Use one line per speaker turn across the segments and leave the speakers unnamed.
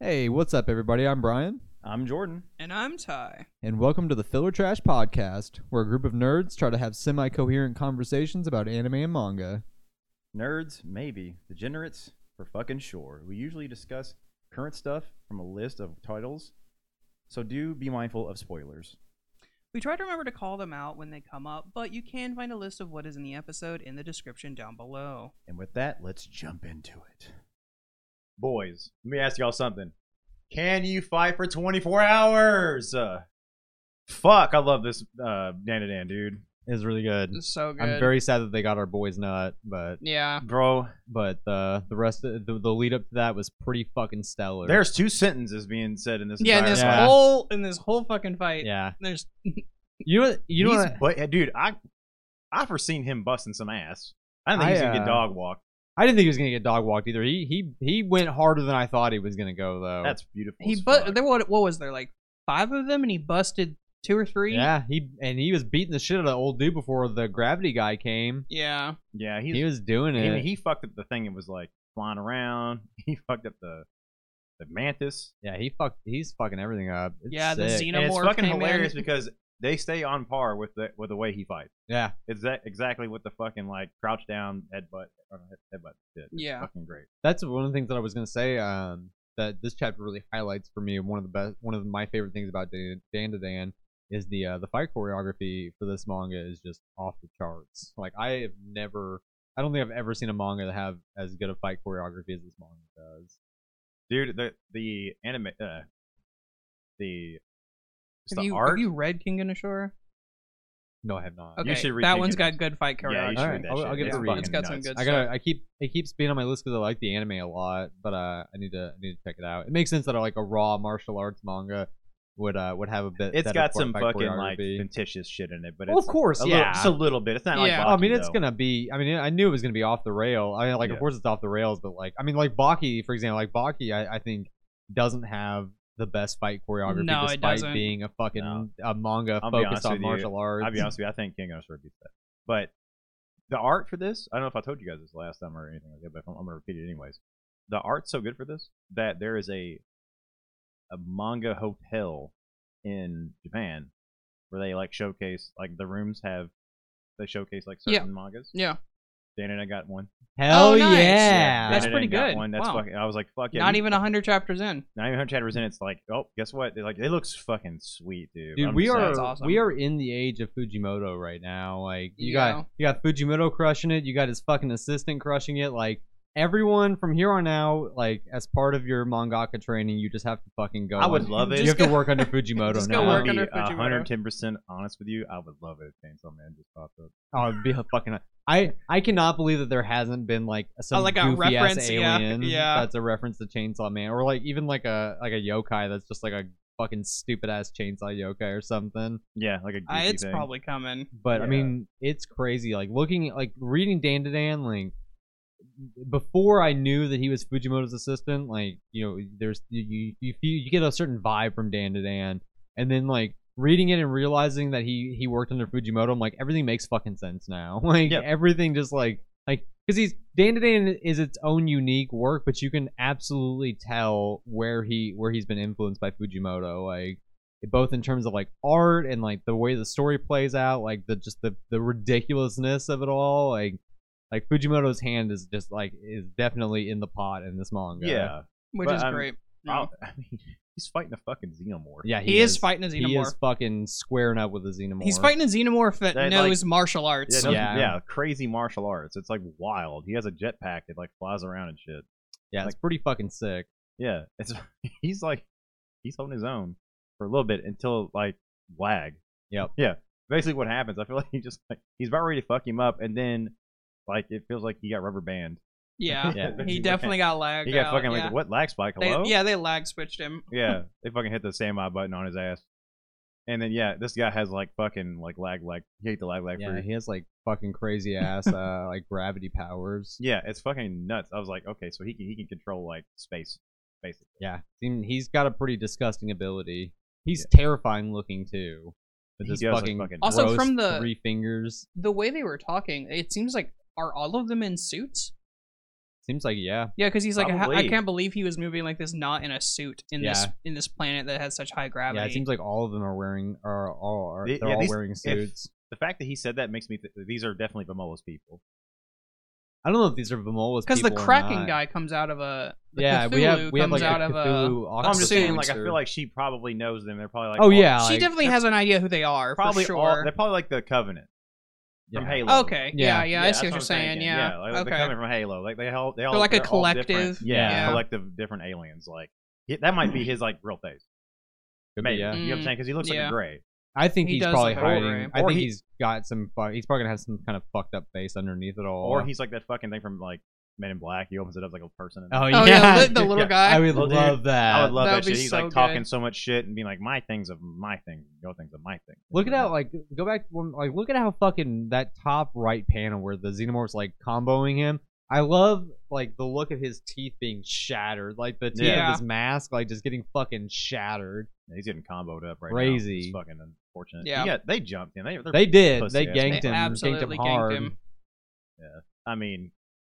Hey, what's up, everybody? I'm Brian,
I'm Jordan.
And I'm Ty.
and welcome to the Filler Trash Podcast, where a group of nerds try to have semi coherent conversations about anime and manga.
Nerds, maybe. Degenerates, for fucking sure. We usually discuss current stuff from a list of titles, so do be mindful of spoilers.
We try to remember to call them out when they come up, but you can find a list of what is in the episode in the description down below.
And with that, let's jump into it. Boys, let me ask y'all something. Can you fight for 24 hours? Uh, fuck, I love this uh, Dan to Dan, dude.
is really good.
It's so good.
I'm very sad that they got our boys nut, but
Yeah.
Bro,
but uh, the rest of the, the lead up to that was pretty fucking stellar.
there's two sentences being said in this.
Yeah, in
entire
this
Yeah.
whole in this whole fucking fight.
yeah,
There's
you know what- you know
He's
what?
butt- dude, I I foreseen him busting some ass. I didn't think
I,
he's gonna get
uh,
dog walked.
I didn't think he was gonna get dog walked either. He he he went harder than I thought he was gonna go though.
That's beautiful.
he
as
but
fuck.
there what what was there like five of them and he busted two or three.
yeah. He and he was beating the shit out of the old dude before the gravity guy came.
Yeah.
yeah, he's,
He was doing
I mean,
it.
he fucked up the thing. It was like flying around. He fucked up the the mantis.
yeah, he fucked. He's fucking everything up. It's
Yeah, the
sick.
xenomorph
And it's fucking
came in.
hilarious because they stay on par with the with the way he fights.
Yeah,
It's that exactly what the fucking like crouch down headbutt or head- headbutt did. It's
Yeah.
fucking great.
that's one of the things that I was gonna say. Um, that this chapter really highlights for me one of the best, one of my favorite things about Dan Dan to Dan is the uh, the fight choreography for this manga is just off the charts. Like I have never, I don't think I've ever seen a manga that have as good a fight choreography as this manga does.
Dude, the the anime uh, the just
Have
the
you,
art.
have you read King Ganeshore?
No, I have not.
Okay.
should read
that
King
one's got
Ganeshore.
good fight choreography.
yeah, you should
Alright,
read that
I'll-
shit.
I'll give it a
It's
read.
fucking
It's got some
nuts.
good
I gotta. I keep. I keep being on my list because I like the anime a lot, but uh, I need to. I need to check it out. It makes sense that like a raw martial arts manga would uh would have a bit.
It's
better
got
fight-
some
fight
fucking like
choreography.
fictitious shit in it, but
Well,
it's
of course,
a little,
yeah.
just a little bit. It's not like
Yeah.
Baki,
I mean, it's
though.
gonna be. I mean, I knew it was gonna be off the rail. I mean, like,
Yeah.
of course, it's off the rails, but like, I mean, like Baki, for example, like Baki, I, I think doesn't have the best fight choreography
No, it
despite
doesn't.
being a fucking
No.
a manga
I'll be honest
focused on
with you.
martial arts.
I'll be honest with you. I think King Gunner beats that. But the art for this, I don't know if I told you guys this last time or anything like that, but I'm, I'm gonna repeat it anyways. The art's so good for this that there is a a manga hotel in Japan where they like showcase like the rooms have they showcase like
Yeah.
certain mangas.
Yeah.
Dan and I got one.
Hell
Oh, nice.
yeah!
Dan and
That's
I
pretty
got
good.
One. That's
Wow.
fucking. I was like, fuck yeah.
Not
you-
even hundred chapters in.
Not even hundred chapters in. It's like, oh, guess what? They're like, it looks fucking sweet, dude.
Dude,
I'm
we
just
are
That's
saying.
awesome.
we are in the age of Fujimoto right now. Like you
Yeah.
got you got Fujimoto crushing it. You got his fucking assistant crushing it. Like everyone from here on out, like as part of your mangaka training, you just have to fucking go.
I would
on-
love it.
You
Just
have to
go-
work under Fujimoto
just
now.
go work
I'll
under
be a
Fujimoto.
hundred and ten percent honest with you. I would love it if Chainsaw Man just popped up.
Oh, it'd be a fucking. I I cannot believe that there hasn't been like some
Oh, like a
goofy
reference,
ass
yeah,
alien
yeah.
that's a reference to Chainsaw Man, or like even like a like a yokai that's just like a fucking stupid ass chainsaw yokai or something.
Yeah, like a goofy
Uh, it's
thing.
probably coming.
But
Yeah.
I mean, it's crazy. Like looking like reading Dan to Dan, like before I knew that he was Fujimoto's assistant, like you know, there's you you you, you get a certain vibe from Dan to Dan, and then like. Reading it and realizing that he he worked under Fujimoto, I'm like everything makes fucking sense now. Like
Yep.
everything just like like because he's Dan to Dan is its own unique work, but you can absolutely tell where he where he's been influenced by Fujimoto. Like both in terms of like art and like the way the story plays out, like the just the the ridiculousness of it all, like like Fujimoto's hand is just like is definitely in the pot in this manga.
Yeah,
Which
But
is
I'm-
great. Yeah.
I'll- I mean, he's fighting a fucking xenomorph.
yeah,
He, is, fighting a xenomorph.
He is fucking squaring up with a xenomorph.
He's fighting a xenomorph that,
That,
knows martial
yeah,
arts.
those-
Yeah.
yeah, crazy martial arts. It's like wild. He has a jetpack that like flies around and shit.
Yeah, it's pretty fucking sick.
Yeah, it's he's like he's holding his own for a little bit until like lag.
Yep.
Yeah. Basically, what happens? I feel like he just like he's about ready to fuck him up, and then like it feels like he got rubber band.
Yeah.
Yeah.
He definitely got lagged.
He got
out,
fucking
yeah.
like what lag spike?
They,
Hello.
yeah, they lag switched him.
Yeah, they fucking hit the standby button on his ass. And then yeah, this guy has like fucking like lag lag. He ate the lag lag
Yeah,
fruit.
he has like fucking crazy ass uh like gravity powers.
Yeah, it's fucking nuts. I was like, okay, so he can he can control like space, basically.
Yeah, seem- he's got a pretty disgusting ability. He's terrifying looking too. With
He
his
does look
fucking,
fucking
Also
gross
from the-
three fingers.
The way they were talking, it seems like are all of them in suits?
Seems like yeah.
Yeah, because he's like, "How- I
Probably.
can't believe he was moving like this, not in a suit in this
Yeah.
in this planet that has such high gravity.
Yeah, it seems like all of them are wearing are all are
Yeah,
they're
yeah,
all
these-
wearing suits.
The fact that he said that makes me th- these are definitely Vimola's people.
I don't know if these are Vimola's
because the
people or
cracking
not.
guy comes out of a the
yeah, we
Cthulhu
have we have
comes
like
out
a
of uh, a-
Cthulhu
I'm just saying, like I
Oxymancer.
feel like she probably knows them. They're probably like,
oh
all-
yeah,
she
like,
definitely has an idea who they are.
probably
for sure.
all. They're probably like the Covenant
yeah.
from Halo.
Okay. Yeah.
Yeah.
Yeah. I
that's
see what
I'm
you're saying.
thinking.
Yeah.
like,
okay.
They're coming from Halo. Like they all, they all
They're like a
all different.
collective.
yeah,
Yeah.
collective different aliens. Like he- that might be his like real face.
Could be,
Maybe
yeah.
you know what I'm
Mm,
saying because he looks like
yeah.
a gray.
I think
He
he's
does
probably
look older,
hiding.
eh?
I
Or
think
he-
he's got some. Fu- he's probably gonna have some kind of fucked up face underneath it all.
Or he's like that fucking thing from like Men in Black. He opens it up like a person. And
oh yeah,
Oh yeah, the, the
dude,
little
yeah.
guy.
I would
Well, dude,
love that.
I would love
That
that,
would be
shit. He's
so
like talking
good.
so much shit and being like, "My things of my thing, your things of my thing."
Look at how like go back one like look at how fucking that top right panel where the xenomorph's like comboing him. I love like the look of his teeth being shattered, like the teeth
Yeah.
of his mask, like just getting fucking shattered.
he's getting comboed up right
Crazy.
now. It's fucking unfortunate.
Yeah.
Yeah, they jumped in. They, they're-
They did.
pussy
they ganked
ass
They
him, ganked him
absolutely ganked
hard.
him.
I mean,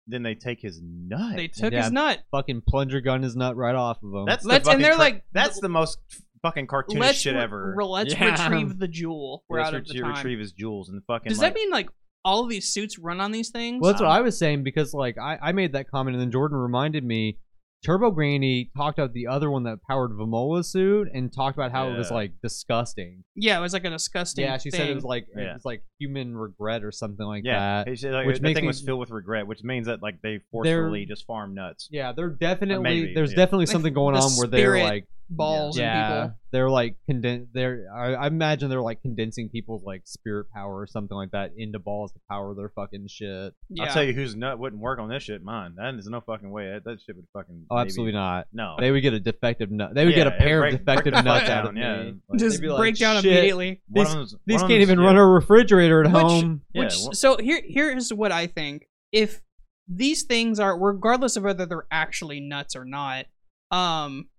then they take his nut.
They took
Yeah.
his nut.
Fucking plunger gun his nut right off of him.
that's the
Let's- and
fucking
they're
cra-
like-
that's the most fucking cartoonish
Let's
shit
re-
ever.
re- let's
Yeah.
retrieve the jewel. We're
Let's
out of
re-
the time.
retrieve his jewels and fucking.
Does
like,
that mean like all of these suits run on these things?
Well, that's what
Um,
I was saying because like I, I made that comment and then Jordan reminded me. Turbo Granny talked about the other one that powered Vimola's suit and talked about how it was
Yeah.
like disgusting.
yeah, it was like a disgusting.
Yeah, she said it was
thing.
like
Yeah.
it was like human regret or something like
yeah,
that.
he said, like,
which
that
makes
thing
me-
was filled with regret, which means that like they forcefully just farm nuts.
Yeah, they're definitely
maybe,
there's
yeah.
definitely
Like,
something going
the
on where they're
spirit
like
balls and
yeah,
people.
they're like conden- they're I, I imagine they're like condensing people's like spirit power or something like that into balls to power their fucking shit.
Yeah.
I'll tell you whose nut wouldn't work on this shit. Mine. That is no fucking way. That, that shit would fucking.
Oh, absolutely not.
No.
They would get a defective nut. They would get
Yeah,
a pair
break-
of defective
break the
nuts
fuck
out of
down, yeah.
me.
Like,
Just
They'd be like,
break down
"Shit,
immediately.
one of
these-
them's-
These
one of
can't
them's-
even
yeah.
run a refrigerator at
Which-
home.
Yeah,
Which
one-
so here here's what I think. If these things are regardless of whether they're actually nuts or not, um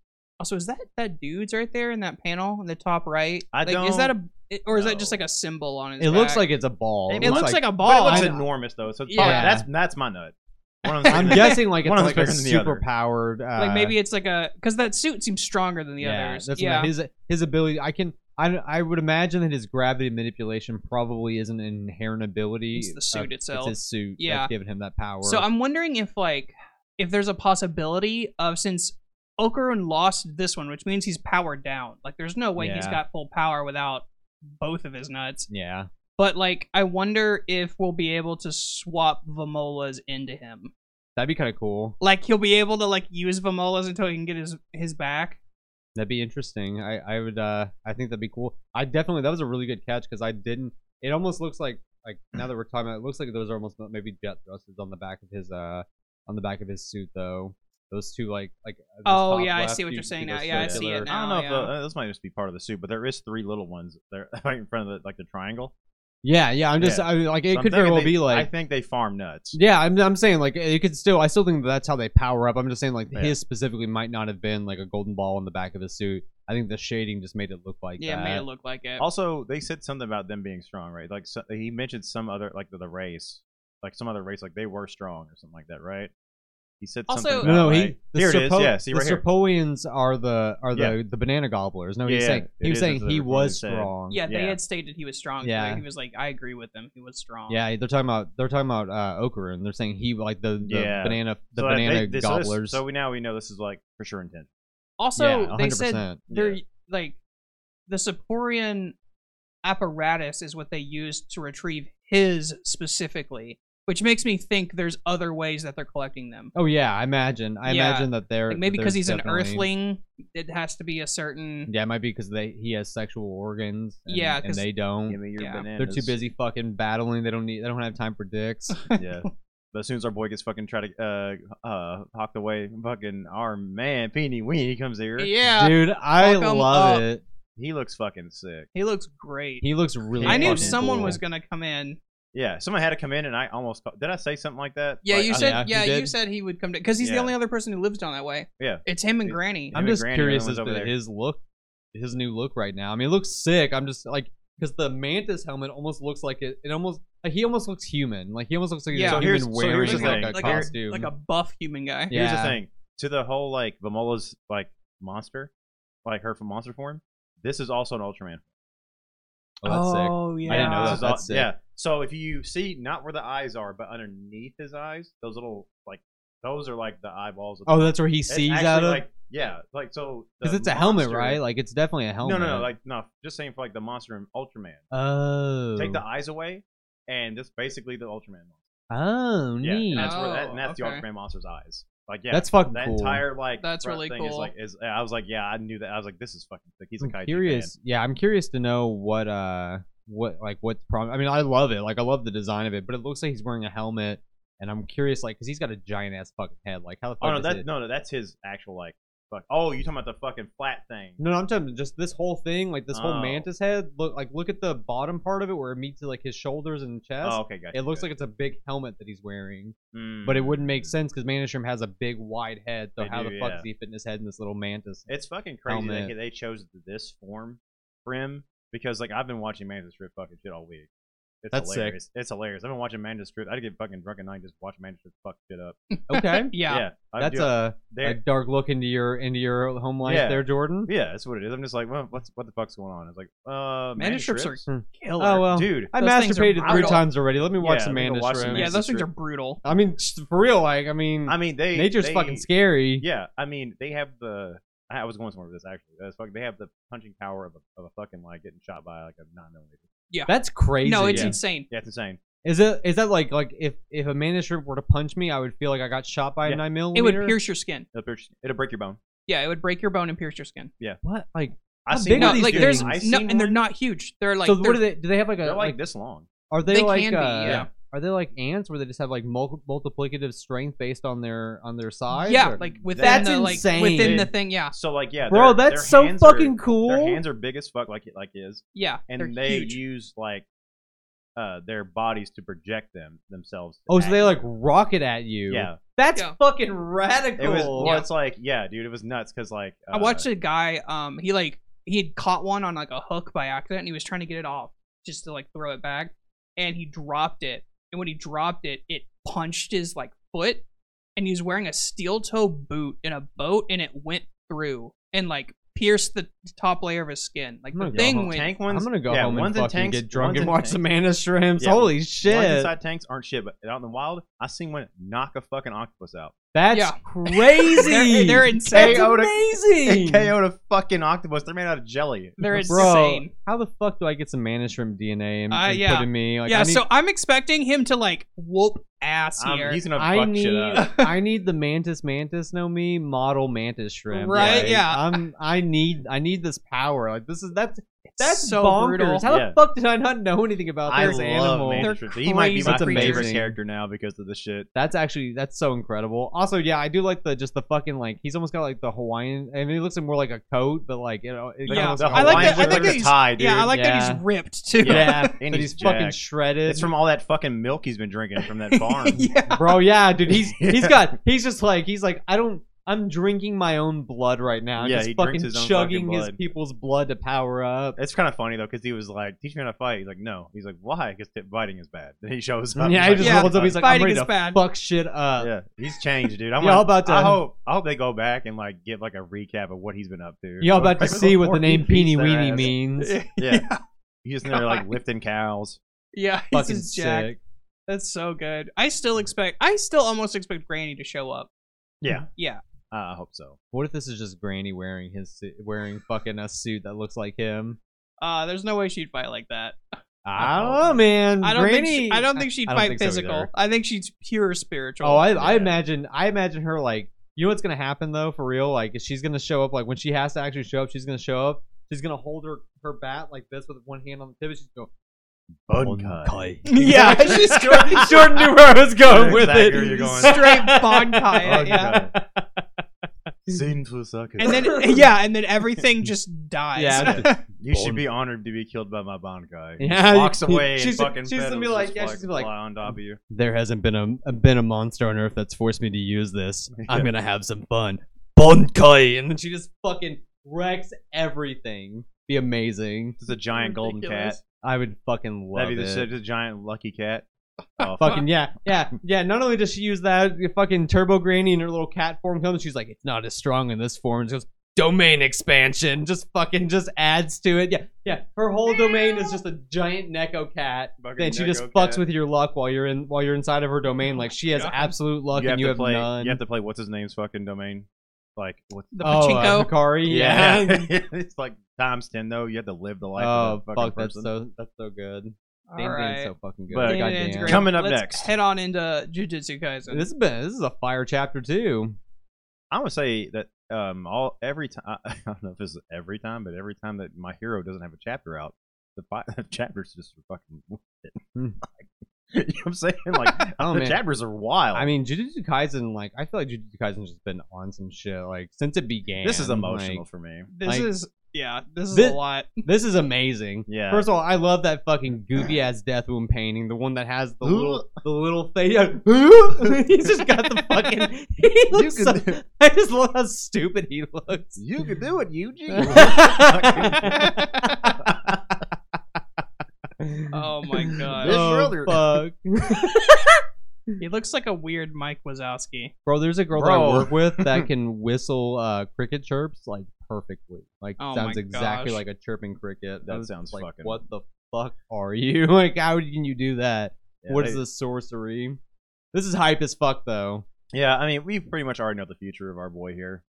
also is that that dude's right there in that panel in the top right?
I
like is that a or is that just
know.
like a symbol on his
It looks
back?
like it's a ball.
it looks like, a
But
ball.
it looks
I-
enormous though, so it's
Yeah.
probably, that's that's my nut. One of them's
I'm
bigger than-
guessing like it's
One of
like a
them's bigger than the
super
other.
powered. Uh,
like maybe it's like a because that suit seems stronger than the
yeah,
others.
That's what
yeah.
I- his his ability. I can. I, I would imagine that his gravity manipulation probably isn't an inherent ability.
It's the suit
of-
itself.
It's his suit
Yeah.
that's giving him that power.
So I'm wondering if like if there's a possibility of since Okurun lost this one, which means he's powered down. Like there's no way he's
Yeah.
got full power without both of his nuts.
yeah.
But like I wonder if we'll be able to swap Vimola's into him.
That'd be kind of cool.
Like he'll be able to like use Vimola's until he can get his his back.
That'd be interesting. I, I would uh I think that'd be cool. I definitely that was a really good catch because I didn't. It almost looks like like now that we're talking about, it, it looks like those are almost maybe jet thrusters on the back of his uh on the back of his suit though. Those two like like. this
Oh,
top
yeah, I
left,
see what
you
you're
can
saying
those
now. Yeah, I see it
circular-
now.
I don't know if
yeah.
the, uh, this might just be part of the suit, but there is three little ones there right in front of the, like the triangle.
Yeah, yeah. I'm just
Yeah.
I mean, like
So
it
I'm
could very
thinking
well
they-
be
I
like
think they farm nuts.
Yeah, I'm, I'm saying like it could still. I still think that that's how they power up. I'm just saying like
Yeah.
his specifically might not have been like a golden ball on the back of the suit. I think the shading just made it look like
yeah,
that.
made it look like it.
Also, they said something about them being strong, right? Like so, he mentioned some other like the, the race, like some other race, like they were strong or something like that, right? He said something.
Also-
about,
no, no, he
like-
the
here it is.
Serpo-
Yeah, see
the
right here.
Serpoians are the are the
Yeah.
the banana gobblers. No, he's
Yeah,
saying
it
he was
is,
saying
that's what
he
everyone
was
said.
strong.
yeah, they
yeah.
had stated he was strong. so
Yeah.
he was like, I agree with them. He was strong.
yeah, they're talking about they're talking about uh, Okarun. They're saying he like the, the
Yeah.
banana the
So that they-
banana
this- so this-
gobblers.
So we now we know this is like for sure intent.
Also,
yeah, 100%.
they said they're
Yeah.
like the Saporian apparatus is what they used to retrieve his specifically, which makes me think there's other ways that they're collecting them.
oh yeah, I imagine. I
Yeah.
imagine that they're
Like maybe
that
because
there's
he's an
definitely-
Earthling, it has to be a certain.
Yeah, it might be because they he has sexual organs. And,
Yeah,
and
'cause-
they don't.
Give me your
Yeah. They're
Mm. They're too
bananas.
busy fucking battling. They don't need. They don't have time for dicks.
yeah. But as soon as our boy gets fucking try to uh uh hawked away, fucking our man Peeny Weenie comes here.
Yeah,
Dude, I
Fuck 'em
love
up.
it.
He looks fucking sick.
he looks great.
He looks really.
I knew
fucking
someone
cool.
was gonna come in.
Yeah, someone had to come in, and I almost fu- did. I say something like that.
Yeah,
Like,
you
I-
said.
yeah,
Yeah,
he
you
did.
said he would come to because he's the
Yeah.
only other person who lives down that way.
Yeah.
it's him and
It-
Granny.
I'm
Him and
just
Granny,
curious
the
as
other one's
to
over there.
his look, his new look right now. I mean, it looks sick. I'm just like because the mantis helmet almost looks like it. It almost like he almost looks human. Like he almost looks like
Yeah.
he's
So
a
here's-
human
so
wearing
here's the
like,
thing.
a
Like a-
costume.
like a buff human guy.
Yeah.
Here's the thing. To the whole like Vamola's like monster, like her from monster form, this is also an Ultraman.
oh, that's sick.
yeah.
I didn't know
Yeah.
that. was all-
That's sick.
yeah. So if you see not where the eyes are, but underneath his eyes, those little like those are like the eyeballs. Of
Oh, that's where he
It's
sees
actually,
out of.
like yeah, like so
Because
the
it's a helmet,
monster-
right? Like it's definitely a helmet.
No, no, no. Like no, just saying for like the monster and Ultraman.
oh,
Take the eyes away, and that's basically the Ultraman monster.
oh,
Yeah,
neat.
and that's where that,
Oh,
and that's
okay.
the Ultraman monster's eyes. Like yeah,
That's fucking
that
cool.
entire like
That's
front
really
thing Is
cool.
like is I was like yeah, I knew that. I was like this is fucking sick. He's a
I'm
kaiju
curious. Yeah, I'm curious to know what uh what like what's prom. I mean, I love it. Like I love the design of it, but it looks like he's wearing a helmet, and I'm curious like because he's got a giant ass fucking head. Like how the fuck?
Fan. Oh no,
is
that
it?
no no that's his actual like fuck. Oh, you talking about the fucking flat thing?
No, no, I'm talking just this whole thing, like this whole
Oh.
mantis head. Look, like look at the bottom part of it where it meets like his shoulders and chest.
Oh, okay, gotcha. Mm.
It looks like it's a big helmet that he's wearing, but it wouldn't make sense because Manishram has a big wide head. So
Mm-hmm. They
how
do,
the fuck
yeah.
is he fitting his head in this little mantis?
It's fucking crazy that
helmet.
they chose this form for him because like I've been watching Mantis Strip fucking shit all week. It's
That's sick.
hilarious. It's hilarious. I've been watching Mantis Strip. I'd get fucking drunk at night and just watch Mantis Strip fuck shit up.
Okay,
yeah.
I'd
that's
do
a,
it.
a
They're-
dark look into your into your home life
Yeah.
there, Jordan.
yeah, that's what it is. I'm just like, well, what's what the fuck's going on? It's like, uh,
Mantis strips are
Hmm.
killer.
Oh, well.
dude.
I
Those things are
masturbated three
brutal.
times already. Let me watch
Yeah,
some
let me go
Mandish
watch some
Room.
yeah,
Mantis
those things are
Strip.
brutal.
I mean, just for real, like, I mean,
I mean, they
nature's
they-
fucking scary.
Yeah, I mean, they have the. I I was going somewhere with this actually. That's fucking. They have the punching power of a, of a fucking like getting shot by like a nine millimeter.
That's crazy.
No, it's
yeah.
insane.
Yeah, it's insane.
Is it is that like like if if a Mandish Room were to punch me, I would feel like I got shot by a
Yeah.
nine
It would
millimeter?
pierce your skin.
It'll, break- it'll break your bone.
Yeah, it would break your bone and pierce your skin.
What like?
I
How
seen
big are
No,
one-
these
like
dude,
there's
I
no,
seen
and they're
one-
not huge. They're like
so what
they're-
do they do? They have like a
They're like
like,
this long.
are they,
they
like
can be,
uh,
yeah.
are they like ants where they just have like mul- multiplicative strength based on their on their size?
yeah,
or-
like within
That's
the like
insane.
within the thing. Yeah,
So like yeah,
bro,
their-
that's
their
so
hands
fucking
are,
cool.
Their hands are big as fuck, like it like is,
yeah,
and
they're
they
huge.
use like uh their bodies to project them themselves. to
oh, so they like
act.
rocket at you?
yeah.
that's
Yeah.
fucking radical.
It was well,
Yeah.
it's like yeah, dude, it was nuts because like uh,
I watched a guy. Um, he like he had caught one on like a hook by accident, and he was trying to get it off just to like throw it back, and he dropped it. And when he dropped it, it punched his like foot, and he was wearing a steel toe boot in a boat, and it went through and like pierced the top layer of his skin. Like
Oh my
the
God.
thing
uh, uh-huh. tank
went.
ones.
I'm gonna go
yeah,
home and
ones in
fucking
tanks,
get drunk
ones
and
in
watch
tanks.
some Mana Shrimps.
Yeah,
Holy
Ones
shit.
inside tanks aren't shit, but out in the wild, I seen one knock a fucking octopus out.
That's
Yeah.
crazy.
They're, they're
That's
insane.
KO to-
amazing.
It KO'd a fucking octopus. They're made out of jelly.
They're
Bro,
insane.
how the fuck do I get some Mana Shrimp DNA and,
Uh,
and
yeah.
put in me? Like,
yeah,
I need,
so I'm expecting him to like whoop ass
Um,
here.
he's gonna
I
fuck
need,
shit up.
I need the mantis mantis know me model mantis shrimp.
Right,
Like,
yeah.
I'm. I need. I need this power. Like this is that's that's
so
bonkers.
brutal.
How
Yeah.
the fuck did I not know anything about
I
this
love
animal?
Mantis
They're
Shrimp. He might be
crazy
my
creatures.
favorite character now because of the shit.
That's actually that's so incredible. Also, yeah, I do like the just the fucking like he's almost got like the Hawaiian. I mean, he looks like more like a coat, but like you know, it
Yeah.
almost
The
got
I like
Hawaiians
that- I
look
think
like a
he's-
tie, dude.
yeah, I like that
Yeah.
he's ripped too.
Yeah.
Yeah,
And
but
he's
he's fucking
jacked.
shredded.
It's from all that fucking milk he's been drinking from that farm.
yeah.
Bro, yeah, dude, he's he's
Yeah.
got he's just like he's like I don't I'm drinking my own blood right now.
Yeah,
just
he
fucking
drinks his own
chugging
fucking
his
blood.
people's blood to power up.
It's kind of funny though, because he was like, "Teach me how to fight." He's like, "No." He's like, "Why?" Because biting is bad. Then he shows up.
yeah, he
he's
just
like,
Yeah.
holds up. He's like, I'm
Fighting
ready
is
to
bad.
fuck shit up.
yeah, Uh, he's changed, dude. I'm
Y'all
like,
about to-
I hope, I hope they go back and like give like a recap of what he's been up to.
Y'all about to
Like,
see what the
before
name
he beats
Peeny
their
Weenie
ass.
means.
Yeah, he's just in there like
God.
lifting cows.
Yeah, he's
fucking
just jacked.
sick.
That's so good. I still expect. I still almost expect Granny to show up.
Yeah,
Yeah.
uh, I hope so.
What if this is just Granny wearing his suit, wearing fucking a suit that looks like him?
Uh, there's no way she'd fight like that.
I don't know, man.
I don't
Granny,
think. She, I don't think she'd
I don't
fight
think so
physical.
either.
I think she's pure spiritual.
Oh, I, I
Yeah.
imagine I imagine her like you know what's gonna happen though for real like is she's gonna show up like when she has to actually show up she's gonna show up she's gonna hold her her bat like this with one hand on the tip and she's going
Bun cut.
yeah,
Exactly.
she's straight,
Jordan knew where I was going with
Exactly
it
where you're going.
straight bonkai.
Bun
Yeah.
cut. Sin to suck it.
And then yeah, and then everything just dies.
yeah
you should be honored to be killed by my bond guy. He
Yeah,
walks
you-
away
she's-
and fucking
she's gonna be
feathers
like-
just
yeah, she's gonna
fucking
be like-
fly on top of you.
there hasn't been a, a been a monster on earth that's forced me to use this I'm
Yeah.
gonna have some fun bonkai and then she just fucking wrecks everything be amazing
This is a giant golden cat.
Ridiculous.
I would fucking love
That'd be the,
it.
the giant lucky cat. Oh,
Fucking yeah, yeah, yeah. Not only does she use that, the fucking Turbo Granny in her little cat form comes. She's like, it's not as strong in this form. She goes, domain expansion. Just fucking just adds to it. Yeah, yeah. Her whole domain is just a giant Neko cat.
fucking
Then she
Neko
just
cat.
fucks with your luck while you're in while you're inside of her domain. Like she has
Yeah.
absolute luck
you have
and you
to
have
play.
none.
You have to play. What's his name's fucking domain? Like what?
The
oh, uh,
pachinko.
Hikari. Yeah.
it's like times ten though. You have to live the life
oh
of that fucking
fuck, that's
person.
so that's so good.
All
Dane Dane's
right.
so fucking good.
But-
Dane
Goddamn.
Dane's great.
Coming up
Let's
next.
head on into Jujutsu Kaisen.
This has been this is a fire chapter too.
I'm gonna say that um all every time I don't know if this is every time, but every time that my hero doesn't have a chapter out, the fi- chapters just are fucking. worth it.
Hmm.
you know what I'm saying? Like
Oh,
the
man.
chapters are wild.
I mean, Jujutsu Kaisen, like, I feel like Jujutsu Kaisen's just been on some shit, like, since it began.
this is emotional
Like,
for me.
this
like-
is yeah. This is
This-
a lot.
this is amazing.
Yeah.
First of all, I love that fucking goofy ass death wound painting, the one that has the
Who-
little, the little face. He's just got the fucking. He looks
You
so,
can do-
I just love how stupid he looks.
You can do it,
Oh my god.
This
oh,
brother-
fuck.
He looks like a weird Mike Wazowski.
Bro, there's a girl that
Bro.
I work with that can whistle uh, cricket chirps like perfectly. Like
Oh
sounds
my
exactly
gosh.
like a chirping cricket.
That
I was
sounds
like,
fucking-
What the fuck are you? like, how can you do that? what is this sorcery? This is hype as fuck though.
Yeah, I mean, we pretty much already know the future of our boy here.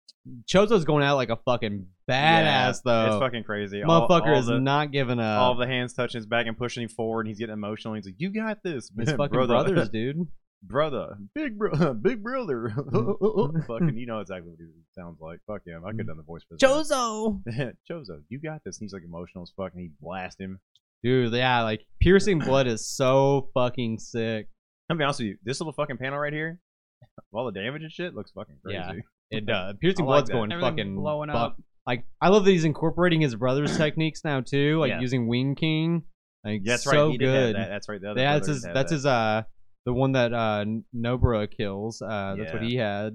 Chozo's going out like a fucking badass
Yeah, It's
though.
fucking crazy. All-
Motherfucker
all
is
the-
not giving up.
all the hands touching his back and pushing him forward, and he's getting emotional. He's like, "You got this,
his fucking
brother,
brothers, dude.
brother, big brother, big brother." Oh, fucking, you know exactly what he sounds like. Fuck him. I could have done the voice for this.
Chozo,
Chozo, you got this. And he's like emotional as fuck, and he blasts him.
dude. Yeah, like piercing blood is so fucking sick.
I'm gonna be honest with you. This little fucking panel right here, of all the damage and shit, looks fucking crazy.
Yeah. It does. Piercing
I like
blood's
that.
going
Everything
fucking
blowing
fuck-
up.
Like I love that he's incorporating his brother's techniques now too, like
Yeah.
using Wing King. Like
Yeah, that's
so
right. He did have
good.
that. That's right. The other
yeah, that's
brother
his.
had
That's
that.
his. Uh, the one that uh N- Nobara kills. Uh, that's what
Yeah.
he had.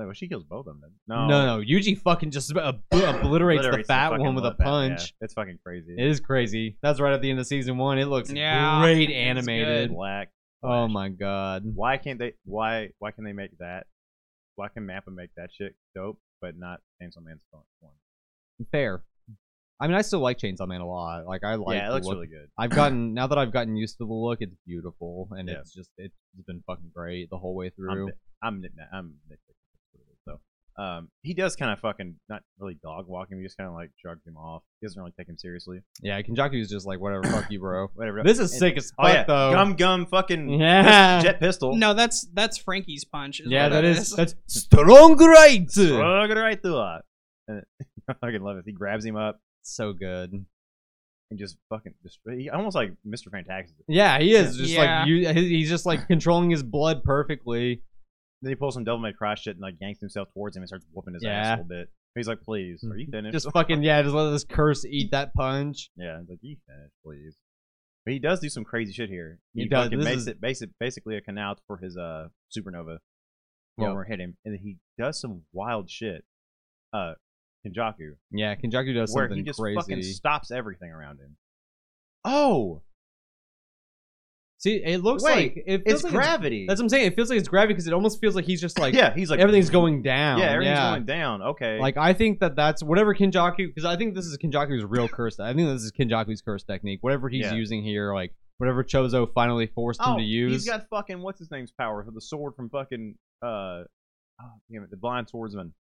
Oh, well, she kills both of them. Then.
No,
No,
no, Yuji fucking just ob- obliterates the
Obliterates
fat
fucking
one with a
love bat, yeah.
punch.
It's fucking crazy.
It is crazy. That's right at the end of season one. It looks
Yeah,
great
it's
animated.
good.
black.
Oh
flash.
my god.
Why can't they? Why why can they make that? Why can Mappa make that shit dope, but not Chainsaw Man's phone one?
Fair. I mean, I still like Chainsaw Man a lot. Like I like.
yeah, it
the
looks
look
really good.
I've gotten now that I've gotten used to the look, it's beautiful and
Yeah.
it's just it's been fucking great the whole way
I'm
through.
nit- I'm nitna- I'm nitpicking. So, um, he does kind of fucking not really dog walk him. He just kind of like shrugs him off. He doesn't really take him seriously.
Yeah, Kenjaku is just like whatever, fuck you, bro.
Whatever.
This is
And-
sick as fuck
Oh yeah,
though.
gum gum fucking
yeah,
jet pistol.
No, that's that's Frankie's punch. Is
yeah,
what
that is
that
that's strong right.
Shrug it right through it. And I fucking love it. He grabs him up
So good.
and just fucking just he almost like Mr. Fantastic.
Yeah, he is just
Yeah.
like you. he- He's just like controlling his blood perfectly.
Then he pulls some Devil May Cry shit and like yanks himself towards him and starts whooping his ass
Yeah.
a little bit. He's like, "Please, are you finished?"
Just fucking yeah, just let this curse eat that punch.
Yeah, he's like, "You finished, please." But he does do some crazy shit here.
He does.
fucking
This
makes
is-
it basic, basically a canal for his uh supernova
Yep.
former hit him, and then he does some wild shit. Uh, Kenjaku,
Yeah, Kenjaku does
where
something
he just
crazy.
fucking stops everything around him. Oh,
See, it looks
Wait,
like it feels
it's
like
gravity.
that's what I'm saying. It feels like it's gravity because it almost feels like he's just like
yeah, he's like
everything's going down.
Yeah, everything's going down. Okay,
Like I think that that's whatever Kinjaku because I think this is Kinjaku's real curse. I think this is Kinjaku's curse technique. Whatever he's
Yeah.
using here, like whatever Chozo finally forced him
oh,
to use.
he's got fucking what's his name's power for the sword from fucking uh, oh, damn it, the blind swordsman.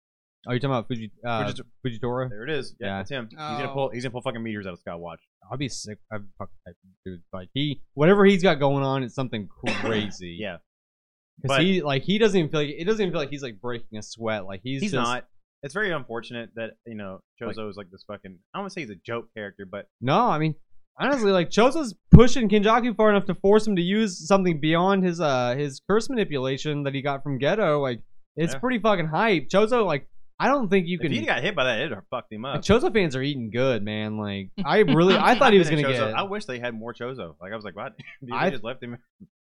Are you talking about Fuji, uh,
Fujit-
Fujitora?
There it is. Yeah,
Yeah.
that's him. He's gonna
Oh.
pull. He's gonna pull fucking meteors out of Scott Watch.
I'd be sick. I'd be fucking I'd- dude. Like he, whatever he's got going on, it's something crazy.
Yeah,
because
but-
he like he doesn't even feel like it doesn't even feel like he's like breaking a sweat. Like he's,
he's,
just,
not. It's very unfortunate that you know Chozo is like this fucking. I want to say he's a joke character, but
No, I mean honestly, like Chozo's pushing Kinjaku far enough to force him to use something beyond his uh his curse manipulation that he got from Ghetto. Like it's
Yeah.
pretty fucking hype. Chozo, like I don't think you
if
can.
he got hit by that, it'd have fucked him
like,
up.
Chozo fans are eating good, man. Like I really, I thought he was
And
gonna
then Chozo-
get.
I wish they had more Chozo. Like I was like, what? Dude,
I-
they just left him.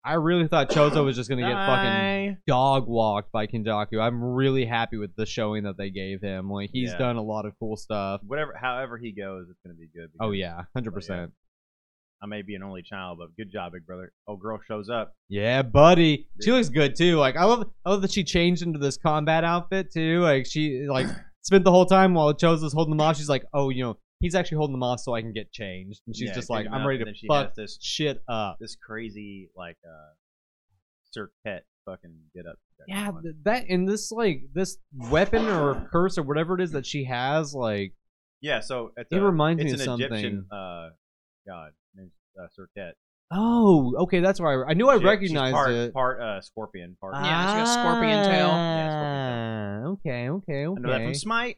I really thought Chozo was just gonna get fucking
Die.
dog walked by Kinjaku. I'm really happy with the showing that they gave him. Like he's
Yeah.
done a lot of cool stuff.
Whatever, however he goes, it's gonna be good.
Oh
because
yeah, hundred percent.
I may be an only child, but good job, big brother. Oh, girl shows up.
Yeah, buddy. She looks good too. Like I love I love that she changed into this combat outfit too. Like she like spent the whole time while Chose was holding them off. She's like, oh, you know, he's actually holding them off so I can get changed. And she's
Yeah,
just
pick
like,
him
I'm
up,
ready
and
to
then she
fuck
has this
shit up.
this crazy like uh, circuit fucking get up.
Yeah, th- that and this like this weapon or curse or whatever it is that she has, like
yeah. So it's
It
a-
reminds me
it's
of
an Egyptian
something.
uh, god named uh, Serket.
oh, okay, that's why I, I knew I
She- she's
recognized
part,
it.
Part uh, scorpion, part.
Yeah, she's got a scorpion tail.
Yeah,
Ah, Okay, okay,
I know that
okay.
from Smite.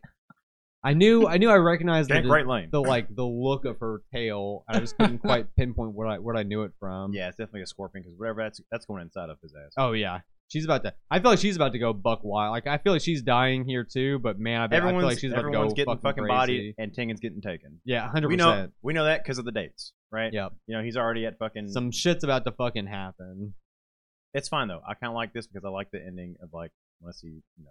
I knew I knew I recognized the,
Okay, great lane.
the like the look of her tail. I just couldn't quite pinpoint what I what I knew it from.
yeah, it's definitely a scorpion because whatever that's that's going inside of his ass.
Oh yeah. She's about to. I feel like she's about to go buck wild. Like I feel like she's dying here too. But man, I, bet, I feel
everyone's
like she's about to go
everyone's getting fucking,
crazy.
bodied and Tingen's getting taken.
Yeah, hundred
We know
percent.
we know that because of the dates, right?
Yep.
You know he's already at fucking.
Some shit's about to fucking happen.
It's fine though. I kind of like this because I like the ending of like I want to see you know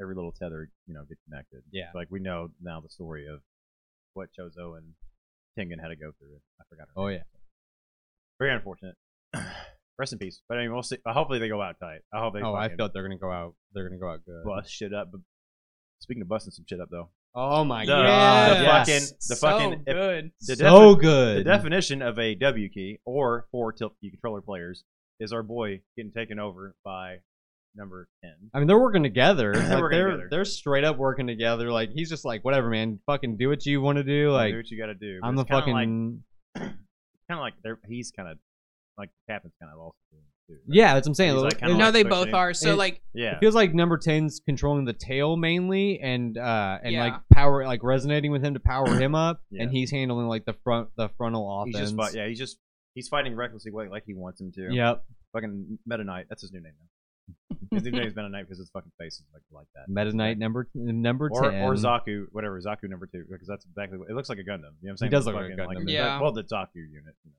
every little tether you know get connected.
Yeah.
Like we know now the story of what Chozo and Tingen had to go through. I forgot. Her
Oh
name.
yeah.
Very unfortunate. Rest in peace. But I mean, we'll see. Uh, Hopefully they go out tight. I hope they.
Oh, I
fucking
felt they're gonna go out. They're gonna go out good.
bust shit up. But speaking of busting some shit up though,
oh my
The-
god.
the
yes.
fucking- the
so
fucking- if-
good.
the
so
defi-
good.
The definition of a W key or four tilt key controller players is our boy getting taken over by number 10.
I mean, they're working together.
They're
Like,
working
they're
together.
they're straight up working together. Like he's just like, whatever, man. Fucking do what you want to do. Like
do what you got to do.
I'm the
kind
fucking.
Like, kind of like they're, he's kind of like Captain's kind of also doing it too. right?
yeah, that's what I'm saying.
He's,
It-
like, kinda
it-
No,
like
they
pushing
both
him.
are. So
It-
like,
Yeah.
It feels like number 10's controlling the tail mainly and uh and
Yeah.
like power like resonating with him to power him up
Yeah.
and he's handling like the front the frontal
He's
offense.
just fight, yeah, he's just he's fighting recklessly like, like he wants him to.
Yep.
Fucking Meta Knight. That's his new name now. his new name is Meta Knight because his fucking face is like like that.
Meta Knight number number
Or,
10.
or Zaku, whatever, Zaku number two, because that's exactly what it looks like a Gundam. You know what I'm saying?
does
It's
look like a
fucking,
Gundam.
it's
Yeah.
well, the Zaku unit. You know.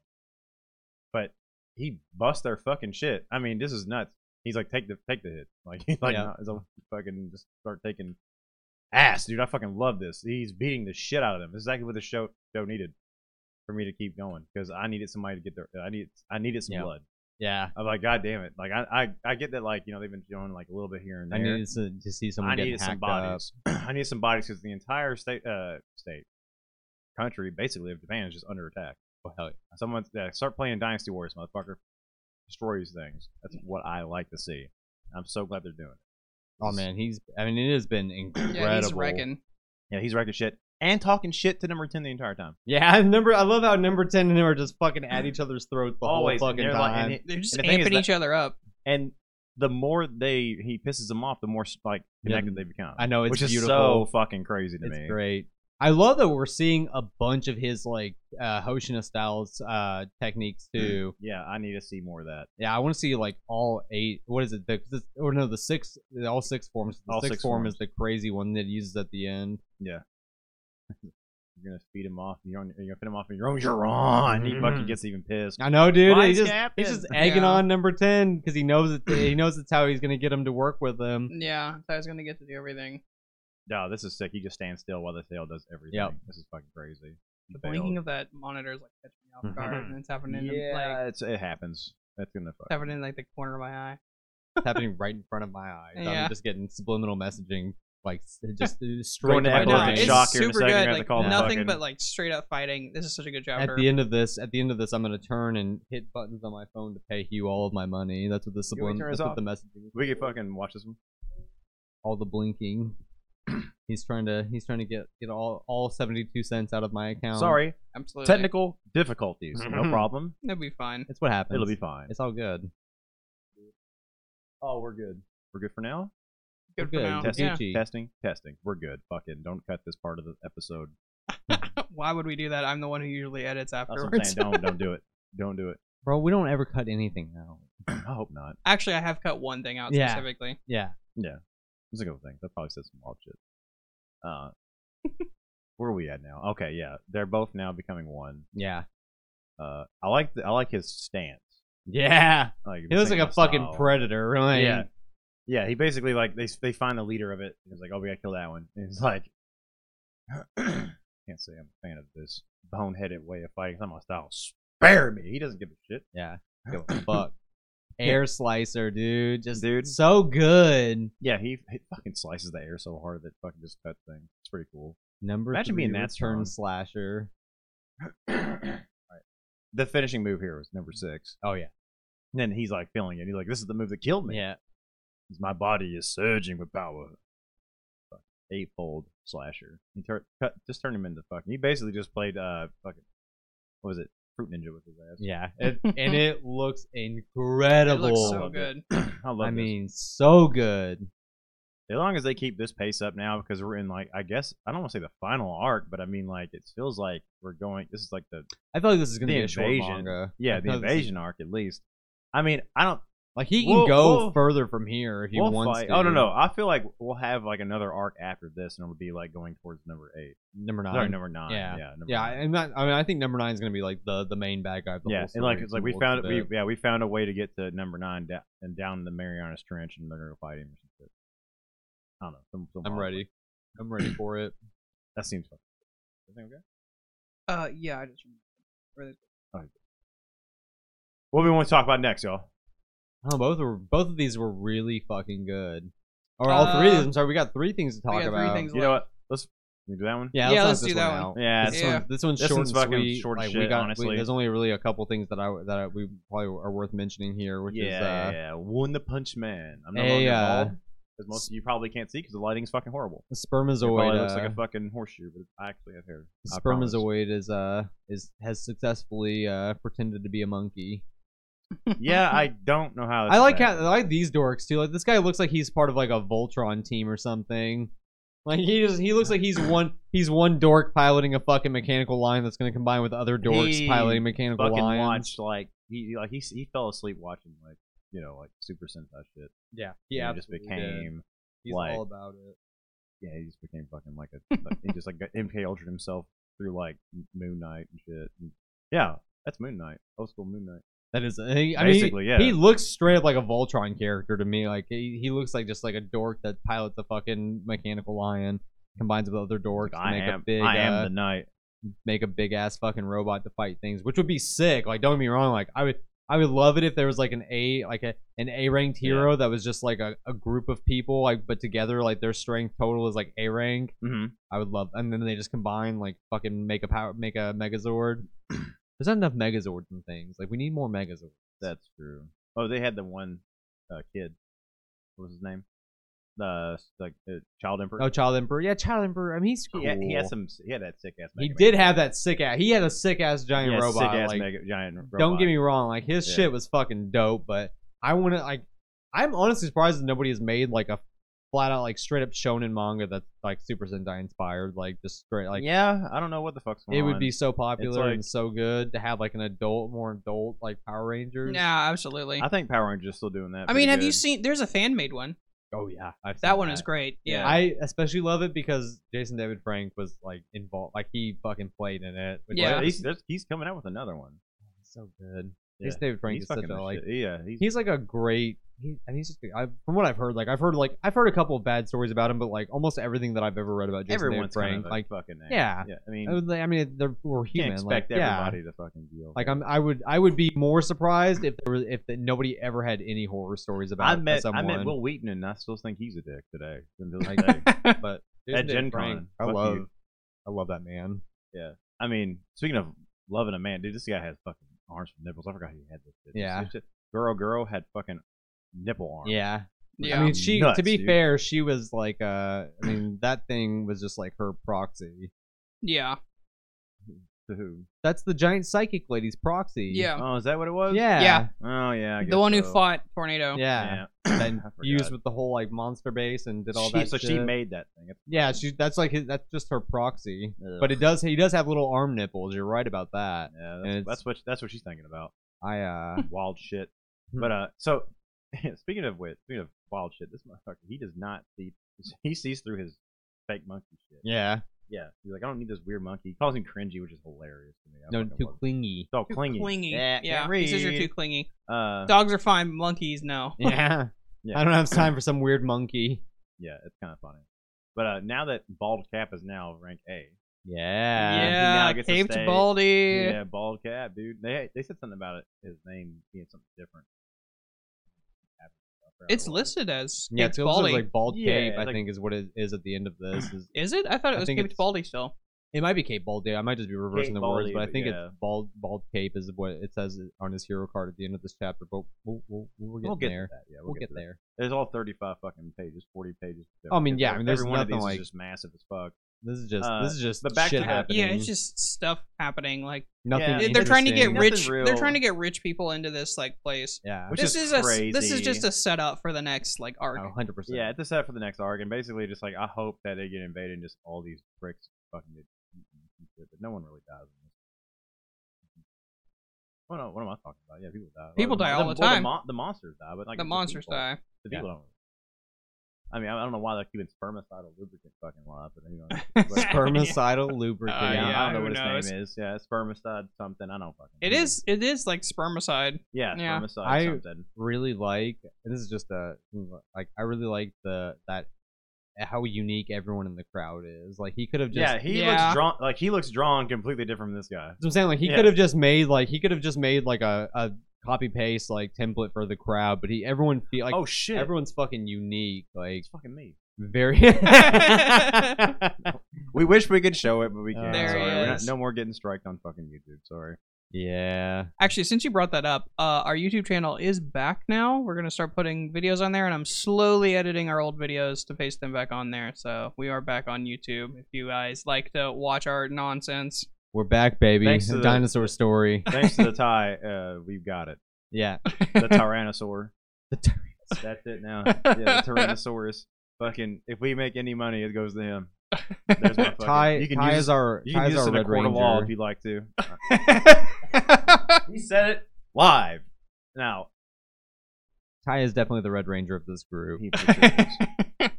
But he busts their fucking shit. I mean, this is nuts. He's like, take the take the hit. Like, he's like,
Yeah.
no, it's a fucking just start taking ass, dude. I fucking love this. He's beating the shit out of them. This is exactly what the show show needed for me to keep going because I needed somebody to get their. I need I needed some
Yeah.
blood.
yeah.
I'm like, god damn it. Like, I, I I get that. Like, you know, they've been showing like a little bit here and
I
there.
needed to, to see someone
I
getting
needed some
hacked up.
bodies. I needed some bodies because the entire state, uh, state, country, basically of Japan is just under attack.
Oh, hell yeah.
Someone yeah, start playing Dynasty Wars, motherfucker. Destroys things. That's what I like to see. I'm so glad they're doing it.
Oh man, he's I mean it has been incredible.
yeah, he's wrecking.
Yeah, he's wrecking shit and talking shit to number ten the entire time.
Yeah, number I love how number 10 and him are just fucking at each other's throats the
Always
whole
and
fucking
they're
time.
like- and it-
They're just
the thing is
amping
that-
each other up.
and the more they he pisses them off, the more like
Yeah.
connected they become.
I know it's
which is
beautiful.
so fucking crazy to
it's
me.
great. I love that we're seeing a bunch of his like uh Hoshina styles uh techniques
Hmm.
too.
Yeah, I need to see more of that.
Yeah, I want to see like all eight. What is it? The, the or no, the six, all six forms. The
All
sixth
six
form
forms.
is the crazy one that he uses at the end.
You're gonna feed him off. You're, on, you're gonna feed him off on your own. You're on. He fucking gets even pissed.
I know, dude. He
Vice
just,
captain.
he's just egging
Yeah.
on number ten because he knows it. He knows it's how he's gonna get him to work with
Hmm.
him.
Yeah, I was gonna get to do everything.
No, this is sick. He just stands still while the tail does everything.
Yep.
This is fucking crazy. He
The
failed.
blinking of that monitor is like catching me off guard, and it's happening in
yeah,
like
it's, it happens. That's gonna
it's
fuck.
happening in like the corner of my eye.
It's happening right in front of my eyes.
Yeah.
I'm just getting subliminal messaging, like s- just straight
Going
to
to
my
have a fucking
brain.
it's
shock here in a second,
super good.
you're gonna have to
Like
call the
nothing
fucking-
but like straight up fighting. This is such a good job.
At
for
the
her.
end of this, at the end of this, I'm gonna turn and hit buttons on my phone to pay Hugh all of my money. That's what the
we turn
subliminal. That's
this
what the messaging. is.
We can fucking watch this one.
all the blinking. he's trying to he's trying to get get all all seventy two cents out of my account.
Sorry,
Absolutely.
technical difficulties. No problem.
That'd be fine.
it's what happens.
It'll be fine.
It's all good.
Oh, we're good. We're good for now.
Good,
We're
for now.
We're
Oh, Yeah.
Gucci.
Testing, testing. We're good. Fucking don't cut this part of the episode.
Why would we do that? I'm the one who usually edits
That's what I'm saying.
afterwards.
Don't don't do it. Don't do it.
Bro, we don't ever cut anything out.
I hope not.
Actually, I have cut one thing out
Yeah.
specifically.
Yeah.
It's a good thing. That probably said some wild shit. Uh, where are we at now? Okay, yeah, they're both now becoming one.
Yeah.
Uh, I like the, I like his stance.
Yeah.
Like
He looks like a fucking predator,
predator.
right?
yeah, yeah. He basically like they they find the leader of it. He's like, oh, we gotta kill that one. And he's like, can't say I'm a fan of this. boneheaded way of fighting. I'm gonna style. Spare me. He doesn't give a shit.
Yeah. Give a fuck. Air slicer, dude. Just
Dude.
so good.
Yeah, he, he fucking slices the air so hard that fucking just cut thing. It's pretty cool.
Number
Imagine being
three,
that
return
strong.
slasher.
The finishing move here was number six.
Oh yeah.
And then he's like feeling it. He's like, "This is the move that killed me.
Yeah.
My body is surging with power." Fuck. Eightfold slasher. He tur- cut, just turned him into fucking. He basically just played uh fucking what was it? Fruit Ninja with his ass.
Yeah. It, and it looks incredible.
It looks so
Love it.
good.
I love.
I
this.
mean, so good.
as long as they keep this pace up now, because we're in like I guess I don't want to say the final arc, but I mean like it feels like we're going. This is like the
I feel like this is gonna
The
be a short
invasion.
manga. I
yeah the
feel this is-
invasion arc at least. I mean I don't.
Like he can
We'll-
go
we'll-
further from here if he
we'll
wants
fight.
to.
Oh no no! I feel like we'll have like another arc after this, and it'll be like going towards number eight.
Number nine.
Sorry, number nine.
Yeah.
Yeah. number
yeah,
nine.
I'm not. I mean, I think number nine is gonna be like the the main bad guy. Of the
yeah,
whole
and like
story
it's like
from
we
the
found
looks
we
of it.
yeah we found a way to get to number nine da- and down the Marianas Trench, and they're gonna fight him. Or something. I don't know. Some, some
I'm
wild-
ready. I'm ready for it.
That seems. Fun. Everything okay?
Uh, yeah, I just really
What do we want to talk about next, y'all?
Oh, both were both of these were really fucking good. Or all three of
Uh,
these. I'm sorry, we got three things to talk
got three
about.
things
You know what? Let's can we do that one.
Yeah,
Yeah,
let's, knock
let's do
this
that
one
one.
out.
Yeah,
this,
Yeah.
One, this one's
This
short
one's
and
fucking
sweet.
short as
like, we
shit,
got, we-
honestly.
there's only really a couple things that I that I, we probably are worth mentioning here, which
yeah,
is
yeah,
uh,
yeah. One the Punch Man. I'm no
a,
longer
uh,
bald because most of you probably can't see because the lighting's fucking horrible. It
spermazoid.
probably looks like
uh,
a fucking horseshoe, but I actually have hair. I promise.
spermazoid is uh is has successfully uh pretended to be a monkey.
Yeah, I don't know how.
I like how
happened.
I like these dorks too. Like this guy looks like he's part of like a Voltron team or something. Like he just he looks like he's one he's one dork piloting a fucking mechanical line that's gonna combine with other dorks
He
piloting mechanical
fucking
lines.
watched like he like he he fell asleep watching like you know like Super Sentai shit.
Yeah,
And
yeah,
he just became
He's
like-
all about it.
yeah, he just became fucking like a like, he just like got MK Ultra himself through like M- Moon Knight and shit. And, yeah, that's Moon Knight, old school Moon Knight.
That is he, I
Basically,
mean,
yeah.
He looks straight up like a Voltron character to me. Like he, he looks like just like a dork that pilots the fucking mechanical lion, combines with other dorks to
I
make
am
a big
I
uh,
am the knight.
make a big ass fucking robot to fight things, which would be sick. Like, don't get me wrong. Like, I would, I would love it if there was like an A, like a an A ranked
Yeah.
hero that was just like a, a group of people, like, but together, like their strength total is like A rank.
Mm-hmm.
I would love, and then they just combine, like, fucking make a power, make a Megazord. There's not enough Megazords and things. Like, we need more Megazords.
That's true. Oh, they had the one uh, kid. What was his name? The like uh, Child Emperor.
Oh, Child Emperor. Yeah, Child Emperor. I mean, he's cool.
Oh, he, had, he had some. He had that sick ass.
He did have that sick ass. He had a sick ass giant robot.
Sick ass
like,
mega giant. Robot.
Don't get me wrong, like his
Yeah.
shit was fucking dope, but I want to like I'm honestly surprised that nobody has made like a flat out like straight up shonen manga that's like Super Sentai inspired, like just straight like
yeah, I don't know what the fuck's going
it
on.
would be so popular
like-
and so good to have like an adult, more adult like Power Rangers.
Nah, absolutely.
I think Power Rangers is still doing that.
I mean,
pretty
have you
good.
seen? There's a fan made one.
Oh yeah, I've
That
seen
one is great. Yeah.
I especially love it because Jason David Frank was like involved, like he fucking played in it. which
Yeah.
Well,
is
he's, there's- he's coming out with another one.
so good.
Yeah.
Jason David Frank
he's
is such
fucking
a
the
like
shit. yeah. He's,
he's like a great he, and he's just I, from what I've heard like I've heard like I've heard a couple of bad stories about him but like almost everything that I've ever read about Jason David
everyone's
Frank
kind of a
like
fucking ass.
yeah.
yeah. I mean,
I, would- I mean they're we're
you
human
can't expect
like,
everybody
yeah.
to fucking deal.
like I'm I would I would be more surprised if there was if that nobody ever had any horror stories about
I met
someone
I met Will Wheaton, and I still think he's a dick today. Until
Like,
today.
but Jason
at
David
Gen
Frank,
Con,
I
fuck
love
you.
I love that man
I mean, speaking of loving a man, dude, this guy has fucking arms for nipples. I forgot he had this. Shit.
Yeah.
This shit- Girl, girl had fucking nipple arms.
yeah
yeah.
I mean she
Nuts,
to be
dude.
fair she was like uh I mean that thing was just like her proxy
yeah.
To who?
that's the giant psychic lady's proxy
Yeah.
Oh, is that what it was?
yeah
Yeah.
Oh yeah. I guess
the one who
so.
fought Tornado.
yeah.
Yeah. I
that fused
forgot.
with the whole like monster base and did all
She-
that.
so she
shit.
made that thing.
Yeah, she. That's like his, that's just her proxy.
Ugh.
But it does. He does have little arm nipples. You're right about that.
Yeah,
And
that's,
it's-
that's what that's what she's thinking about.
I uh.
Wild shit.
Hmm.
But uh, so speaking of which, speaking of wild shit, this motherfucker he does not see. He sees through his fake monkey shit.
Yeah.
Yeah, he's like, I don't need this weird monkey. He calls him cringy, which is hilarious to me. I
No,
fucking
too
love it.
clingy.
It's all
Too
clingy. Yeah,
Yeah.
can't
He says you're too
read.
clingy.
Uh,
Dogs are fine. Monkeys, no.
Yeah.
Yeah.
I don't have time for some weird monkey.
yeah, it's kind of funny. But uh, now that bald cap is now rank A,
Yeah.
now
yeah,
gets to
Caped
stay.
Baldy.
Yeah, bald cat, dude. They they said something about it. His name being something different. I forgot what
It's
it was.
listed as
Yeah,
Caped
it's also
Baldy.
like bald
Yeah,
cape.
it's
I
like-
think is what it is at the end of this. Is,
Is it? I thought it
I
was
think
Caped
it's-
Baldy still.
it might be cape bald. Dude. I might just be reversing the words,
Baldy,
but I
but
think
yeah.
it's bald bald cape is what it says on his hero card at the end of this chapter. But we'll we'll, we'll get
We'll get to
there.
that. Yeah,
We'll, get,
to that.
there.
There's all 35 fucking pages, 40 pages.
I mean, yeah, I mean, there's
every one of these
nothing like-
is just massive as fuck.
This is just
Uh,
this is just
but back
shit
to the-
happening.
Yeah, it's just stuff happening. Like
nothing.
Yeah,
they- they're trying to get
interesting.
Nothing
rich. They're
real.
trying to get rich people into this like place.
Yeah,
Which
this
is
is, a s- this is
crazy.
just a setup for the next like arc.
hundred percent.
Yeah, it's a set for the next arc, and basically just like I hope that they get invaded and just all these bricks fucking get eaten and shit, but no one really dies. In this. Well, no, what am I talking about? Yeah, people die.
People die all the
well,
time.
mon- the monsters die, but like
the monsters
people,
die.
The
Yeah.
people don't. I mean, I I don't know why they're keeping spermicidal lubricant fucking alive, but you know, but-
Spermicidal lubricant.
Uh,
yeah, I
yeah,
don't know
who
what his
knows?
name is. Yeah, spermicide something. I don't fucking.
It
know.
is. It is like spermicide.
Yeah,
Yeah.
spermicide
I-
something.
really like and this is just a like I really like the that how unique everyone in the crowd is. Like he could have just
yeah, he
Yeah.
looks drawn. Like he looks drawn completely different from this guy.
That's what I'm saying like he
Yeah.
could have just made like he could have just made like a, a copy paste like template for the crowd, but he everyone feel like
oh shit!
everyone's fucking unique. Like
it's fucking me.
very
We wish we could show it, but we can't.
There
Sorry,
he
we're not,
is.
no more getting striked on fucking YouTube. Sorry.
Yeah.
Actually, since you brought that up, uh, our YouTube channel is back now. We're gonna start putting videos on there, and I'm slowly editing our old videos to paste them back on there. So we are back on YouTube. If you guys like to watch our nonsense,
We're back, baby.
Thanks to the-
Dinosaur story.
Thanks to the tie, uh, we've got it.
Yeah.
The Tyrannosaur.
The tyr-
That's it now. Yeah, the Tyrannosaurus. Fucking, if we make any money, it goes to him. There's my fucking.
Ty,
you can
Ty
use
is our
you
Ty
can
is
use
our
this in a
Red
court
Ranger.
of law if you'd like to. he said it live. Now
Ty is definitely the Red Ranger of this group.
he for sure is.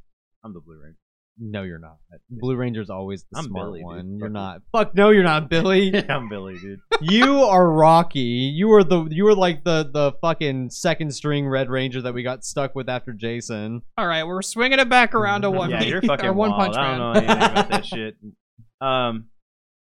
I'm the Blue Ranger.
No, you're not. Blue Ranger's always the
I'm
smart
Billy, dude.
one.
Fuck
You're
you.
not. Fuck no, you're not Billy.
I'm Billy, dude.
you are Rocky. You are the you are like the the fucking second string Red Ranger that we got stuck with after Jason.
all right, we're swinging it back around to one.
yeah,
Man-
you're
or
fucking
one
wild.
punch
I
man.
don't know anything about that shit. Um,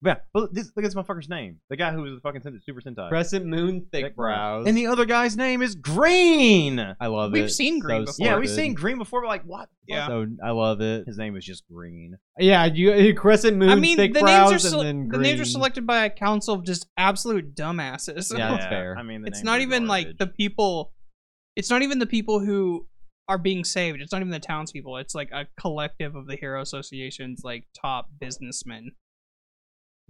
yeah, but this, look at this motherfucker's name. The guy who was the fucking Sen- Super Sentai.
Crescent Moon, Uh, thick,
Thick
brows.
And the other guy's name is Green.
I love it.
We've seen Green
so
before.
yeah, we've
stupid.
seen Green before, but like, what?
Yeah.
So I love it.
His name is just Green.
Yeah, you uh, Crescent Moon,
I mean,
thick
the
brows,
names are sele-
and then
the
green.
names are selected by a council of just absolute dumbasses.
Yeah, that's fair.
I mean, the
it's
names
not
are
even like the
garbage.
people. It's not even the people who are being saved. It's not even the townspeople. It's like a collective of the Hero Association's like top businessmen.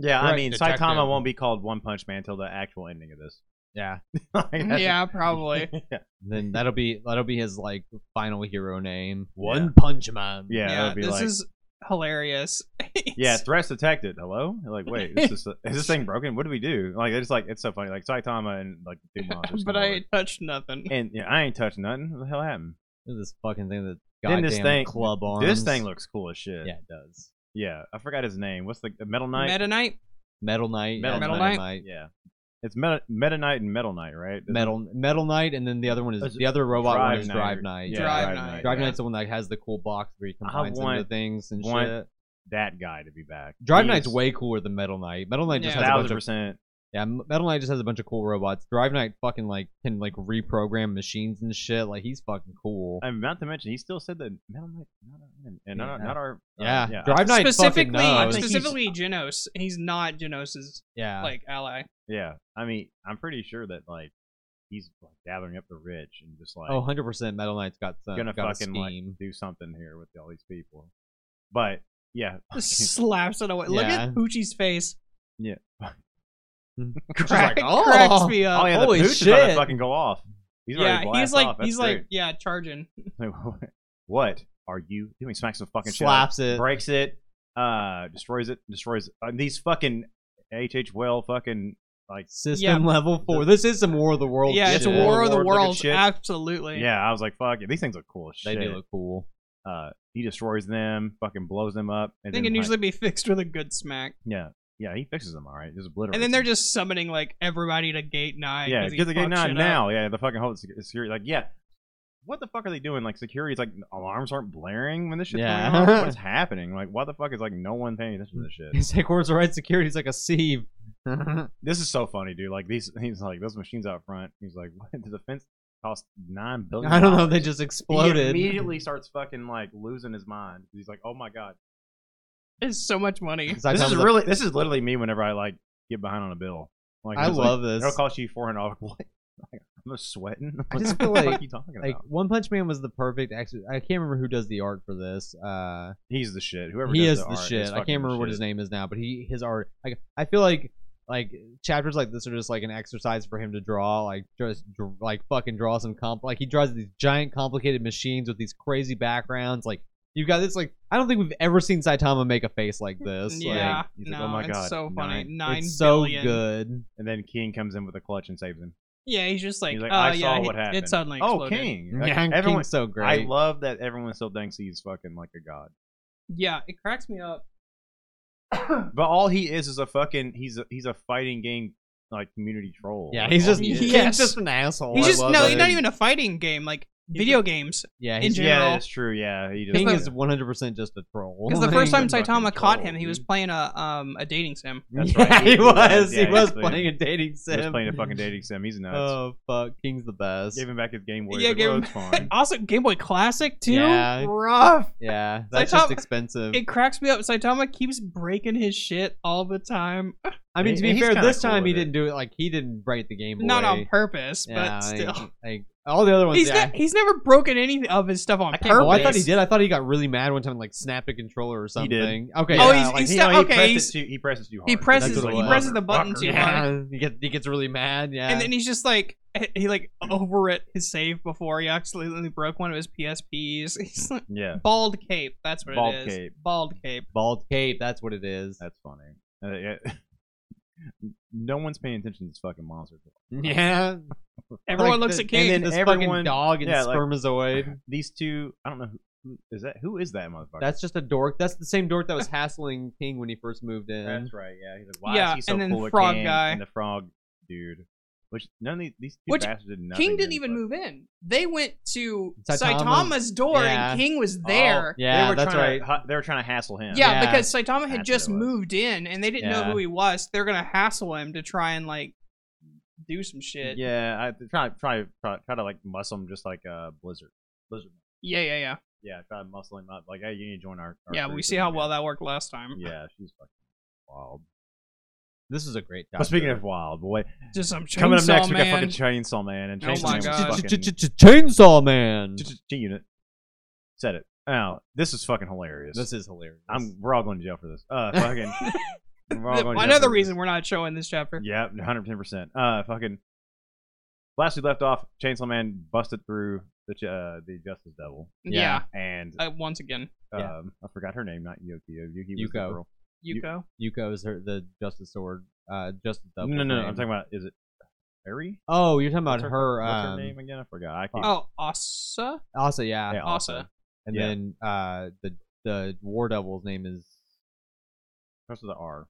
Yeah, I
Right,
mean,
detective.
Saitama won't be called One Punch Man till the actual ending of this.
Yeah.
Like, that's-
yeah, probably.
yeah,
Then that'll be that'll be his like final hero name.
One
Punch Man.
yeah, that would be
this
like,
is hilarious.
yeah, threats detected. Hello, They're like, wait, is this is this thing broken? What do we do? Like, it's like it's so funny. Like Saitama and like the two monsters.
but
come
I
over.
ain't touched nothing.
and yeah, I ain't touching nothing. What the hell happened?
This fucking thing that
Then
goddamn
this thing-
club arms.
This thing looks cool as shit.
Yeah, it does.
Yeah, I forgot his name. What's the uh, Metal Knight?
Meta Knight.
Metal Knight.
Metal
yeah,
Metal
Metal
Knight.
Knight.
yeah, it's Meta, Meta Knight and Metal Knight, right? Isn't
Metal Metal Knight, and then the other one is
Is it
the other robot one
Drive
is
Knight
Drive
or-
Knight.
yeah,
Drive
Drive
Knight.
Knight.
Drive
yeah.
Knight's the one that has the cool box where he
I
combines into
want-
things and
want-
shit.
that guy to be back?
Drive
He's
Knight's way cooler than Metal Knight. Metal Knight just has
Yeah.
a
thousand
bunch of
percent.
yeah. M- Metal Knight just has a bunch of cool robots. Drive Knight fucking like can like reprogram machines and shit. Like he's fucking cool.
I mean, not to mention, he still said that Metal Knight, not our, and and not, our-
Yeah.
not our.
yeah.
uh, yeah.
Drive Knight fucking
specifically,
knows.
think he's-
specifically Genos. He's not Genos's
yeah.
like ally.
yeah. I mean, I'm pretty sure that like he's like gathering up the rich and just like
Oh, 100% Metal Knight's got some
gonna
got
fucking
a
like
scheme.
do something here with all these people. But yeah,
Just slaps it away. Look
Yeah.
at Poochie's face.
Just
Crack,
like, "Oh."
cracks me up.
oh yeah, the
holy
pooch is about to
shit.
fucking go off. He's
yeah,
already
he's
blast
like
off. That's
he's
great.
like yeah, charging.
Like, what are you doing? Smacks the fucking shit out of
slaps it.
it, breaks it, uh, destroys it, destroys it. Uh, these fucking HH well fucking like
System
Yeah.
level four. This is some War of the Worlds.
yeah,
shit.
it's
shit.
War of the
Warlord looking
Worlds.
shit.
Absolutely.
yeah. I was like, fuck it, these things look cool as
They
shit.
do look cool.
uh, he destroys them, fucking blows them up.
I
And
think
then, like-
it usually be fixed with a good smack.
yeah, yeah, he fixes them all right, just obliterates.
And then they're
them.
just summoning like everybody to gate nine.
yeah,
he
get the gate
fucks
nine
shit up.
now. Yeah, the fucking whole security, like yeah. what the fuck are they doing? Like security's like alarms aren't blaring when this shit's
Yeah.
going on. What's happening? Like what the fuck is like no one paying attention to this shit?
His headquarters are right security's like a sieve.
This is so funny, dude. Like these, he's like those machines out front. He's like, what? the defense cost nine billion?
I don't know, they
dollars?"
just
He
exploded.
immediately starts fucking like losing his mind. He's like, oh my god,
It's so much money.
this is
Zytom's like,
really, this is literally me. Whenever I like get behind on a bill, like
I
it's like,
love
It'll
this.
cost you four hundred dollars. What? Like, I'm just sweating.
I just feel
what the fuck
like-
you talking
like
about?
One Punch Man was the perfect ex- I can't remember who does the art for this. Uh
He's the shit. Whoever
he
does
is the
art
shit. I
fucking
can't remember
the
what
shit.
his name is now, but he his art. Like I feel like like chapters like this are just like an exercise for him to draw. Like just dr- like fucking draw some comp. Like he draws these giant complicated machines with these crazy backgrounds. Like you've got this. Like I don't think we've ever seen Saitama make a face like this. like,
yeah,
he's
no,
like, "Oh my
it's
God,
so funny.
nine-
Nine
it's so
billion."
good.
And then King comes in with a clutch and saves him.
Yeah, he's just like,
He's like,
oh
I
yeah,
saw
it-
what happened.
it suddenly
Oh,
exploded.
King. Like,
Yeah,
everyone,
King's so
I
great.
love that everyone still thinks he's fucking like a god.
Yeah, it cracks me up.
But all he is is a fucking he's a he's a fighting game like community troll.
yeah,
Like,
he's
all
just
he is-
Yes.
King's just an
Oh,
asshole.
he's
I
just
love
no,
it.
he's not even a fighting game. Like video games.
Yeah,
in
he's,
yeah,
general.
that's true. Yeah, he just
King
the-
is one hundred percent just a troll.
Because the
Like,
first time
fucking
Saitama caught
troll,
him, he was
dude.
playing a um a dating sim.
That's
yeah,
right.
he was.
Yeah,
he was
playing-
playing a dating
he
sim.
was playing a fucking dating sim. He's nuts.
Oh fuck, King's the best.
Gave him back his Game Boy.
Yeah,
Yeah,
gave
well,
him
it's fine.
Also, Game Boy Classic too.
Yeah.
Rough.
Yeah,
like
that's just
how-
expensive.
It cracks me up. Saitama keeps breaking his shit all the time.
I mean, to
and
be
he's
fair,
kinda
this
cool
time he
with it.
didn't do it. Like he didn't break the Game Boy.
Not on purpose,
Yeah,
but
like-
still.
like all the other ones.
He's,
yeah.
ne- he's never broken any of his stuff on
I
purpose.
can't-
oh, I thought he did. I thought he got really mad one time, and, like snapped a controller or something.
did.
Okay.
Oh,
yeah,
he's-
like,
he's
he,
still-
he
okay,
presses
he's-
too, he presses too hard.
he presses-
That's what
he
was.
presses
the button too hard.
yeah. He gets he gets really mad. Yeah.
And then he's just like he like over it his save before he accidentally broke one of his PSPs. He's like
Yeah,
bald cape. That's what
Bald
it is.
cape.
Bald cape.
bald cape. That's what it is.
that's funny. Uh, yeah. No one's paying attention to this fucking monster.
yeah.
Everyone
Like
looks
the-
at King.
And then
This
everyone
fucking-
dog and
yeah, like-
spermazoid.
These two, I don't know who- who is that. Who is that motherfucker?
That's just a dork. That's the same dork that was hassling King when he first moved in.
That's right. Yeah. He's like, why
Yeah,
is he so
and then
cool with
frog
King
guy.
and the frog dude? Which none of these, these two
Which
bastards did nothing.
King didn't
to
even
fuck-
move in. They went to
Saitama's-
Saitama's door
yeah.
and King was
Oh,
there. yeah.
Yeah,
they were
that's
trying
right.
To, ha- they were trying to hassle him.
Yeah.
because Saitama had
That's
just
what it was.
moved in and they didn't know
Yeah.
who he was. They're gonna hassle him to try and like do some shit. Yeah,
Yeah. I try, try, try, try to like muscle him just like uh, Blizzard. Blizzard.
yeah, yeah. Yeah,
Yeah. Try to muscle him up. Like, hey, you need to join our. our
yeah
crew
we
so
see
we
how
can-
well that worked last time.
Yeah, she's fucking wild.
This is a great.
But speaking of wild, boy,
Just some
coming up next
chainsaw
we got
man.
fucking Chainsaw Man and
Oh
Chainsaw
my
Man was
God.
fucking-
Chainsaw Man.
G unit. Said it. Now this is fucking hilarious.
This is hilarious.
I'm we're all going to jail for this. Uh, fucking. we're all
The-
going to jail
Another
for
reason we're not showing this chapter.
This. Yeah, 110. percent Uh, fucking. Last we left off, Chainsaw Man busted through the ch- uh, the Justice Devil,
Yeah.
Yeah.
and
Uh, once again,
um,
yeah.
I forgot her name, not Yukio. Yuki was the
Yuko.
girl. You-
Yuko.
Yuko is her the Justice Sword. Uh, Justice Double.
No, no, no.
name.
I'm talking about is it Harry?
Oh, you're talking about
What's
her.
What's
um,
her name again? I forgot. I can't.
Oh, Asa?
Also, yeah.
Yeah,
Asa.
And
yeah.
then uh, the the War Devil's name is.
Starts with the R.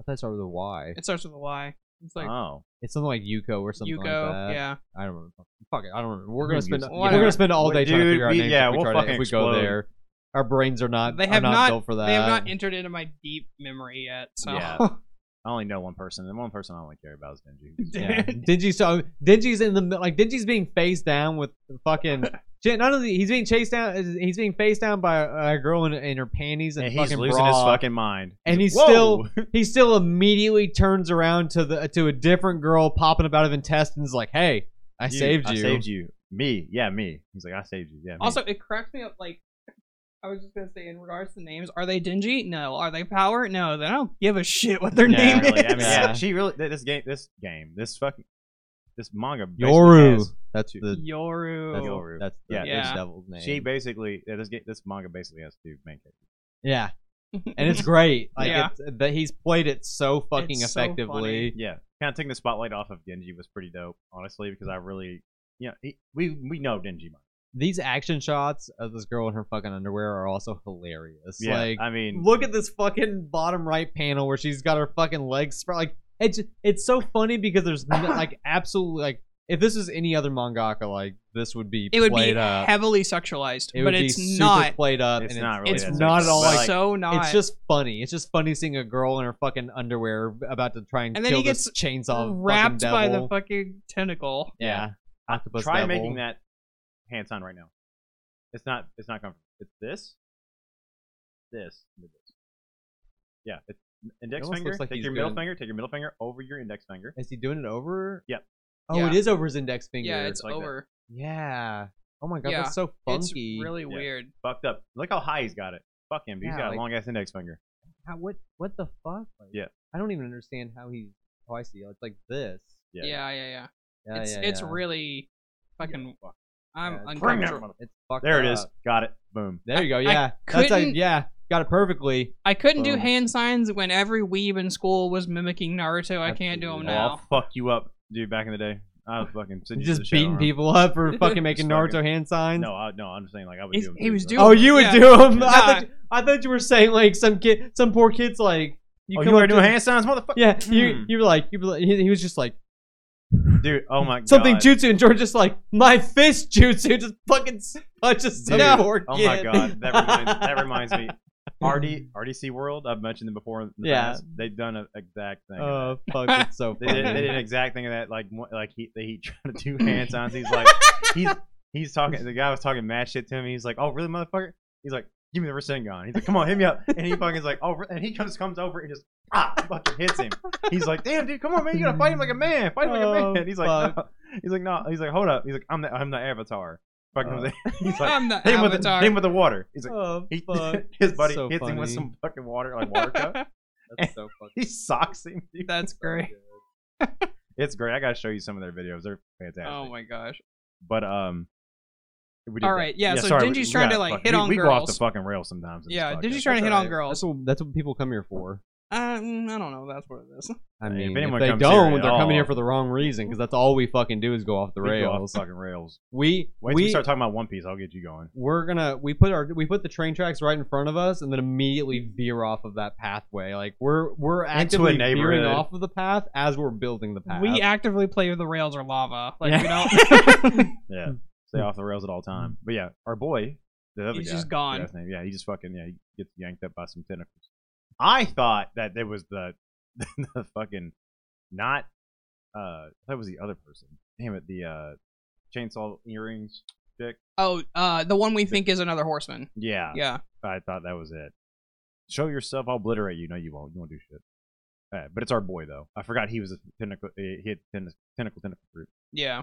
I thought it started with a Y.
It starts with a Y. It's like
oh,
It's something like Yuko or something
Yuko.
like that.
yeah.
I don't remember. Fuck it. I don't remember. We're
We're
gonna
gonna
spend
use-
we're
whatever.
gonna spend all day trying to
Dude,
figure out
we-
names.
yeah,
if we
we'll
try to-
fucking
if we go
explode.
there. Our brains are not.
They
are
have
not,
not-
built for that.
They have not entered into my deep memory yet. So
Yeah. I only know one person, and one person I only care about is Denji.
Yeah. Denji's so Denji's in the mid- like Denji's being face down with the fucking. Shit, Not only he's being chased down, he's being face down by a girl in, in her panties and,
and he's
fucking
losing
bra.
his fucking mind.
and he
Whoa!
still he still immediately turns around to the to a different girl popping up out of intestines like, "Hey, I
You,
saved you."
I saved you. Me. Yeah, me. He's like, I saved you. Yeah. Me.
Also, it cracks me up. Like, I was just gonna say, in regards to names, are they dingy? No. Are they power? No. They don't give a shit what their
yeah,
name
really,
is.
I mean,
Yeah.
yeah, she really. th- This game. This game. This fucking. This manga. basically
Yoru.
has-
That's the that's,
Yoru.
Yoru.
that's the
Yeah.
Yeah.
devil's name.
She basically. Yeah, this game. This manga basically has two main characters.
yeah, and it's great. Like
Yeah.
it's, that he's played it so fucking
It's so
effectively.
Yeah, kind of taking the spotlight off of Denji was pretty dope, honestly, because I really, you know, he, we we know Denji. Much.
These action shots of this girl in her fucking underwear are also hilarious.
Yeah.
like
I mean,
look at this fucking bottom right panel where she's got her fucking legs spread. Like it's it's so funny because there's n- like absolutely like if this was any other mangaka, like this would be
It would
played
be
up.
heavily sexualized,
it
but
would
it's
be super
not.
played up.
It's
and
not really
it's
that
not
sexy,
at all
but,
like-
so not.
It's just funny. It's just funny seeing a girl in her fucking underwear about to try and,
And then
kill
he
this chainsaw
wrapped
fucking
by the
devil.
fucking tentacle.
yeah. Octopus
try
devil.
making that hands on right now. It's not. It's not comfortable. It's this, this, and this. Yeah. It's index
almost
finger.
looks like
take
he's
your middle
doing-
finger. Take your middle finger over your index finger.
Is he doing it over?
Yep.
Oh, it
Yeah.
is over his index finger.
yeah, it's
like that.
over.
yeah. Oh my god,
Yeah.
that's so
It's
funky.
really weird.
Fucked up. Look how high he's got it. Fuck him. dude. He's
Yeah,
got
like-
a long ass index finger.
How, what? What the fuck? Like,
Yeah.
I don't even understand how he. How I see. it. It's like this.
Yeah.
Yeah, yeah, yeah.
Yeah,
it's
yeah,
it's
yeah.
really fucking.
fuck.
I'm
Yeah, it's-
Bring that
uncomfortable.
mother-
It's fucked
There it
up.
is. Got it. Boom.
There you go.
I
Yeah. That's like
couldn't-
yeah. Got it perfectly.
I couldn't do
Boom.
hand signs when every weeb in school was mimicking Naruto. I can't do them
Absolutely.
Oh, I'll
now.
fuck you up, dude. Back in the day, I was fucking send you to
Just
the shower
beating
room.
people up for fucking making
Just fucking-
Naruto hand signs.
No, I, no, I'm just saying like I would.
He's-
do 'em
he
too,
was
but-
doing-
Oh, you would
Yeah.
do them.
Nah.
I, thought, I thought you were saying like some kid, some poor kid's like you
Oh,
come
you are
up to-
doing hand signs, motherfucker.
Yeah, you
Hmm.
you were like you were like, he, he was just like
Dude, oh my god.
something jutsu, and George just like my fist jutsu, just fucking s- punches some
Dude,
poor
Oh
kid.
my god, that reminds, that reminds me. RD, RDC World, I've mentioned them before. In the
Yeah.
past. they've done an exact thing.
Oh fuck, it's so
they, did, they did
funny.
an exact thing of that. Like, mo- like he, he tried to do hand signs. He's like, he's he's talking. The guy was talking mad shit to him. He's like, "Oh, really, motherfucker?" He's like, "Give me the Rasengan." He's like, "Come on, hit me up." And he fucking is like, "Oh," re-" and he comes comes over and just ah, fucking hits him. He's like, "Damn, dude, come on, man, you gotta fight him like a man. Fight him like
Oh,
a man." He's like, no. "He's like, no." He's like, "Hold up." He's like, "I'm the I'm the Avatar." Fucking comes in. He's like,
I'm the
"Hit him with the,
avatar.
hit him with the water." He's like,
Oh
he,
fuck,
his
it's
buddy
so
hits him with
funny.
some fucking water, like water cup.
That's so fucking.
He socks him. Dude.
That's great.
It's great. I gotta show you some of their videos. They're fantastic.
Oh my gosh.
But um, we did
All
that.
right, yeah, so
sorry, we-
Dingy's
we
trying to,
gotta
like,
fuck-
hit
we,
on
we go off the
girls.
fucking rail sometimes. in this
Yeah,
podcast.
Dingy's trying to hit on girls.
That's what that's what people come here for.
Um, I don't know. That's what it is.
I
If
mean, if,
anyone
they
comes here at
don't, they're coming here
all-
for the wrong reason because that's all we fucking do is go off the
We go off
rails.
the fucking rails.
We
Wait, till we
we
start talking about One Piece. I'll get you going.
we're gonna we put our we put the train tracks right in front of us and then immediately veer off of that pathway. Like we're we're actively veering
neighborhood.
off of the path as we're building the path.
We
Uh,
actively play with the rails or lava. Like we don't.
don't.
Yeah,
Hmm.
stay off the rails at all time. But yeah, our boy, the other
He's
guy,
just gone.
forgot his name. Yeah, he just fucking yeah, he gets yanked up by some tentacles. I thought that there was the the fucking not uh that was the other person. Damn it, the uh chainsaw earrings.
oh, uh, the one we think is another horseman.
Yeah,
Yeah.
I thought that was it. Show yourself, I'll obliterate you. No, you won't. You won't do shit. Uh, but it's our boy though. I forgot he was a tentacle. uh, He had ten- tentacle tentacle fruit.
Yeah.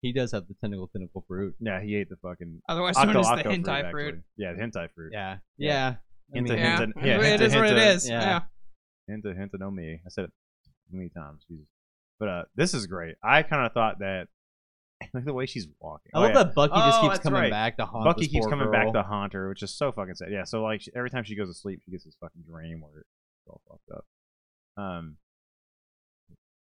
he does have the tentacle tentacle fruit.
Yeah, he ate the fucking
Otherwise known
Akko
as the
Akko fruit,
hentai
actually.
fruit.
Yeah, the hentai fruit.
Yeah.
Yeah.
Yeah. I
Into
mean,
Yeah.
Hinta- yeah, hinta-
it is what it
hinta-
is.
yeah.
Yeah.
Hinta hinta no me. I said it many times. Jesus. But uh, this is great. I kind of thought that. Look at the way she's walking.
I
Oh,
love
yeah.
that Bucky just
Oh,
keeps
that's
coming
right.
back to haunt
Bucky
this
keeps
poor
coming
girl.
back to haunt her, which is so fucking sad. Yeah, so like she, every time she goes to sleep, she gets this fucking dream where it's all fucked up. Um,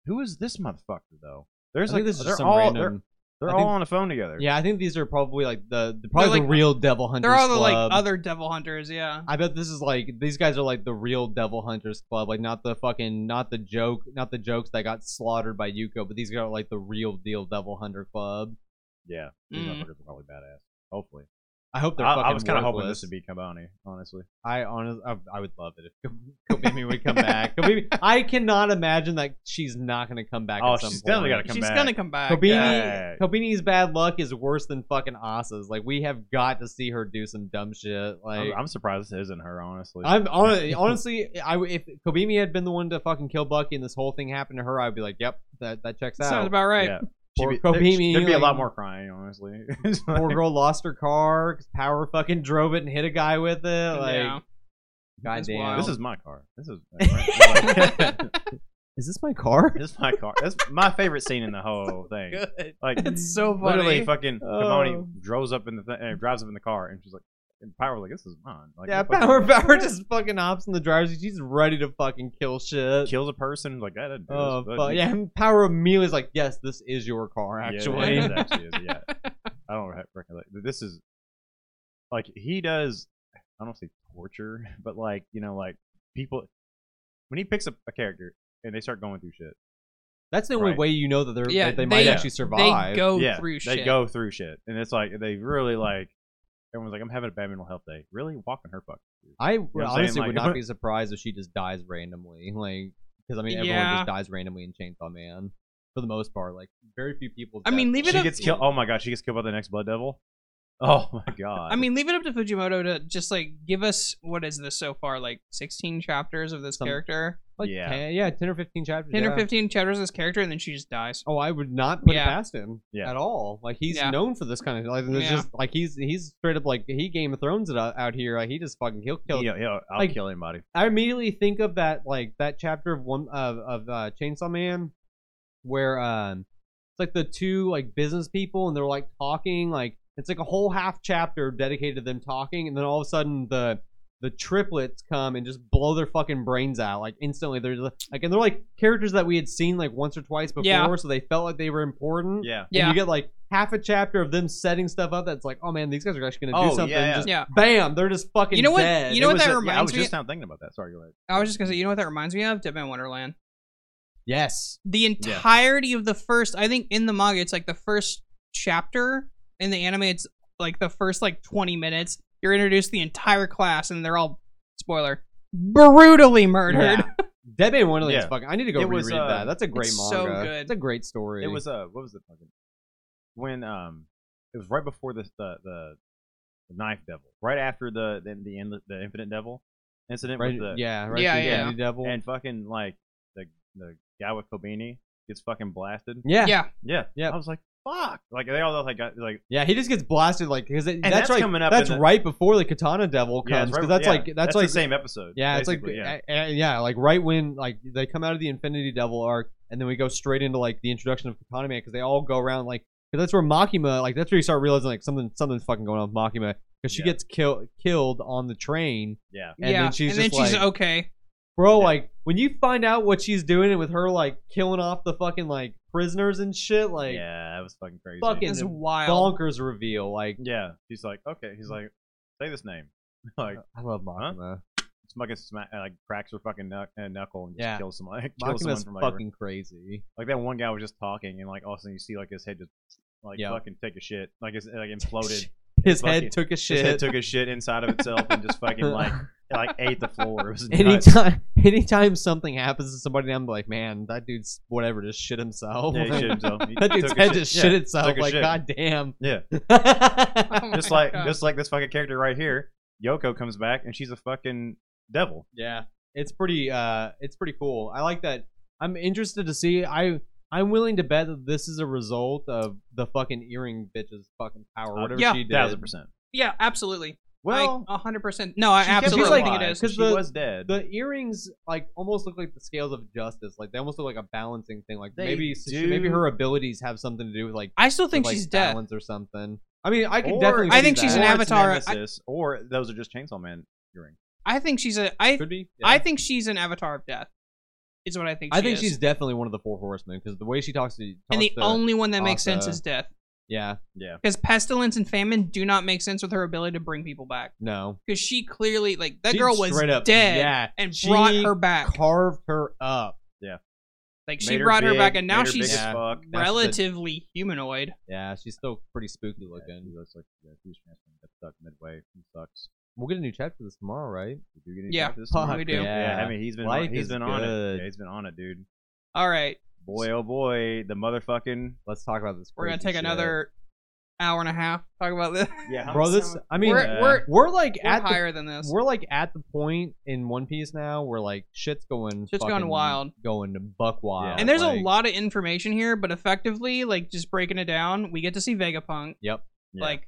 who is this motherfucker though?
I
There's
think
like
this is
they're
some
all
random.
they're,
I
they're all
think-
on the phone together.
Yeah, I think these are probably like the, the probably the
like-
real devil hunters.
They're all the like
club.
other devil hunters. Yeah.
I bet this is like these guys are like the real Devil Hunters Club, like not the fucking not the joke, not the jokes that got slaughtered by Yuko, but these guys are like the real deal Devil Hunter Club.
yeah. These
Mm.
motherfuckers are probably badass. Hopefully,
I hope
I,
they're fucking.
I was kind of hoping
worthless.
this would be Kabani, honestly.
I honestly, I, I would love it if Ko- Kobimi would come back. Kobimi, I cannot imagine that she's not gonna come back.
Oh,
at some
she's definitely
point.
gotta come
She's
back.
gonna come back.
Kobini,
Yeah.
Kobini's bad luck is worse than fucking Asa's. Like we have got to see her do some dumb shit. Like
I'm, I'm surprised this isn't her, honestly.
I'm honestly, honestly, I w- if Kobimi had been the one to fucking kill Bucky and this whole thing happened to her, I'd be like, yep, that that checks
Sounds
out.
about right.
Yeah.
Poor
She'd be,
Kobimi,
there'd be a
like-
lot more crying, honestly. It's like-
Poor girl lost her car. 'cause Power fucking drove it and hit a guy with it. Like,
yeah. That's
goddamn,
wild.
This is my car. This is like,
is this my car?
this is my car. That's my favorite scene in the whole thing.
Good.
Like
It's so funny.
literally, fucking
Oh.
Kavoni drives up in the th- uh, drives up in the car, and she's like, and Power was like, this is mine. Like,
yeah,
what the
Power
fuck?
Power just fucking hops in the driver's seat. She's ready to fucking kill shit.
kills a person. Like that. didn't do
Oh
this, but-
fuck yeah! And Power immediately is like, yes, this is your car.
Yeah, it
Actually,
is, actually is, yeah. I don't re- recollect. This is like he does. I don't say torture, but like you know, like people when he picks up a character and they start going through shit.
That's the only
Right.
way you know that they're
Yeah,
that they,
they-
might
yeah.
actually survive.
They go
yeah,
through
they
shit.
go through shit, and it's like they really like. Everyone's like, "I'm having a bad mental health day." Really, walking her fuck.
I
what I'm saying?
honestly would
Like-
not be surprised if she just dies randomly, like because I mean everyone
Yeah.
just dies randomly in Chainsaw Man for the most part. Like very few people.
I mean, leave it
She
up.
gets killed. Oh my god, she gets killed by the next Blood Devil. Oh my god.
I mean, leave it up to Fujimoto to just like give us what is this so far? Like 16 chapters of this
Some-
character,
like,
Yeah.
10, yeah, ten or fifteen chapters.
10
yeah.
or 15 chapters of this character, and then she just dies.
Oh, I would not put
Yeah.
it past him
Yeah.
at all. Like he's
Yeah.
known for this kind of like it's
Yeah.
just like he's he's straight up like he Game of Thrones it uh, out, out here. Like he just fucking he'll kill.
yeah, yeah, I'll
like-
kill anybody.
I immediately think of that like that chapter of one of of uh, Chainsaw Man where um it's like the two like business people and they're like talking like it's like a whole half chapter dedicated to them talking and then all of a sudden the the triplets come and just blow their fucking brains out like instantly they're just, like and they're like characters that we had seen like once or twice before
Yeah.
so they felt like they were important
Yeah.
and
Yeah,
you get like half a chapter of them setting stuff up that's like oh man these guys are actually gonna
Oh,
do something
yeah, yeah.
just
yeah.
bam they're just fucking
You know what-
dead.
you know
It
what
was
that
a- yeah, I was
reminds me-
just now thinking about that. Sorry, go ahead.
I was just gonna say, you know what that reminds me of? Dead Man Wonderland.
yes
The entirety of the first, I think, in the manga, it's like the first chapter. In the anime, it's like the first like 20 minutes. You're introduced to the entire class, and they're all spoiler brutally murdered.
Yeah. Dead Man Wonderland is
Yeah.
fucking. I need to go
It
reread
was, uh,
that. That's a great
it's
manga.
so good.
It's a great story.
It was uh, what was the fucking when um, it was right before this the the, the knife devil, right after the the the, end, the infinite devil incident
right,
with the
yeah, right
Yeah,
through
yeah.
Dandy Devil.
and fucking like the the guy with Kobani gets fucking blasted.
yeah, yeah,
yeah.
Yeah,
Yeah.
I was like, fuck. Like they all like got like
He just gets blasted like because that's,
that's
right.
coming up
that's
in the-
right before the Katana Devil
yeah,
comes.
it's
'cause
right-
that's
yeah,
like that's, like
the same episode.
yeah, it's like
basically, yeah.
uh, uh, yeah, like right when like they come out of the Infinity Devil arc, and then we go straight into like the introduction of Katana Man because they all go around like because that's where Makima like that's where you start realizing like something something's fucking going on with Makima because she
Yeah.
gets killed killed on the train
yeah.
And
yeah.
then she's
and then
just
she's
like-
okay.
Bro,
Yeah.
like when you find out what she's doing and with her like killing off the fucking like prisoners and shit, like
yeah, that was fucking crazy.
fucking
It's wild.
bonkers reveal. Like
yeah. He's like, okay. He's like, say this name. like,
I love Makima.
it's fucking sma- uh, like cracks her fucking knuck- uh, knuckle and just
Yeah.
kills someone. kills someone
Makima's
from like,
fucking crazy.
like that one guy was just talking and like all of a sudden you see like his head just like
Yeah.
fucking take a shit like it's like imploded.
His
fucking-
head took a
His
shit.
head took a shit inside of itself and just fucking like like ate the floor. It was nuts.
anytime, anytime something happens to somebody, I'm like, man, that dude's whatever, just shit himself.
Yeah, he shit himself. He
that dude's
took a
head just
Yeah,
shit itself.
took a
Like,
shit.
goddamn.
Yeah.
my
Just like
God.
just like this fucking character right here, Yoko comes back and she's a fucking devil.
Yeah, it's pretty. Uh, it's pretty cool. I like that. I'm interested to see. I I'm willing to bet that this is a result of the fucking earring bitch's fucking power,
Uh,
whatever
yeah.
she did.
Thousand percent.
Yeah, absolutely.
Well,
like, 100%. No, I
she kept
Uh, absolutely
being
her
think it
alive.
is.
Because
She
the-
was dead.
The earrings like almost look like the scales of justice. Like they almost look like a balancing thing. Like
They
maybe
do.
maybe her abilities have something to do with like
I still think
with, like,
she's dead.
balance or something. I mean, I can
Or-
definitely.
I
see
think she's
that.
an
or it's
avatar. I-
Nemesis, or those are just Chainsaw Man earrings.
I think she's a. I
Could be. yeah.
I think she's an avatar of death. Is what I think. She
I think
is.
she's definitely one of the four horsemen because the way she talks to. Talks
and the
to-
only one that makes sense
Asa.
is death,
Yeah.
Yeah.
because pestilence and famine do not make sense with her ability to bring people back.
No.
Because she clearly like that
She
girl was
straight up-
dead
yeah,
and
she
brought her back.
Carved her up.
Like she
Made
brought her,
big,
back, and now
made her big
she's
as
Yeah.
fuck.
Now she's a-
relatively humanoid.
Yeah, she's still pretty spooky looking.
He looks like yeah, he was transformed. Got stuck midway. He sucks.
We'll get a new chapter this tomorrow, right?
Did you get any
Yeah.
practice
Fuck,
tomorrow?
We do.
Yeah.
Yeah.
I mean he's been
Life
on, he's
is
been on it.
good.
Yeah, he's been on it, dude.
All right,
Boy, oh boy, the motherfucking
Let's talk about this.
we're gonna
crazy
take
shit.
another hour and a half to talk about this.
yeah,
Bro, this. I mean,
we're
we're,
Yeah.
we're,
like
we're
at the,
higher than this.
we're like at the point in One Piece now where like shit's going.
Shit's going
fucking-
wild.
Going to buck wild.
and there's a
like-
lot of information here, but effectively, like just breaking it down, we get to see Vegapunk.
Yep.
Yeah.
Like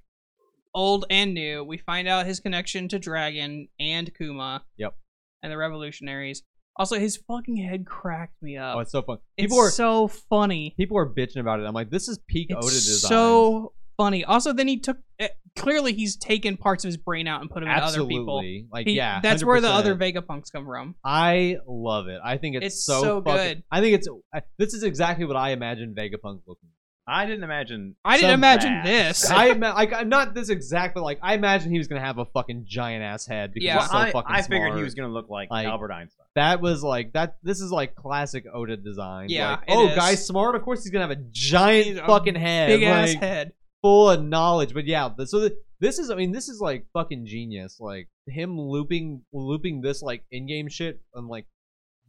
old and new. We find out his connection to Dragon and Kuma.
Yep.
And the revolutionaries. Also, his fucking head cracked me up.
Oh, it's so fun.
it's
People are
so funny.
people are bitching about it. I'm like, this is peak Oda
It's
design.
so funny. Also, then he took. eh, clearly, he's taken parts of his brain out and put them
absolutely
in other people.
like
He-
yeah.
that's where the other
100%.
Vegapunks come from.
I love it. I think it's,
It's
so,
so
fucking-
good.
I think it's I, this is exactly what I imagined Vegapunk looking.
I didn't imagine.
I didn't
some
imagine
bass.
this.
I ima- like I'm not this exact, but like I imagine he was gonna have a fucking giant ass head because
Yeah.
Well,
he's so
I,
fucking
I figured
smart.
he was gonna look like,
Like-
Albert Einstein.
That was like that. This is like classic Oda design.
Yeah,
Like,
it
oh,
is.
guy's smart. Of course, he's gonna have a giant
He's a
fucking head,
Big ass
like,
head.
full of knowledge. But yeah, th- so th- this is. I mean, this is like fucking genius. Like him looping, looping this like in-game shit and like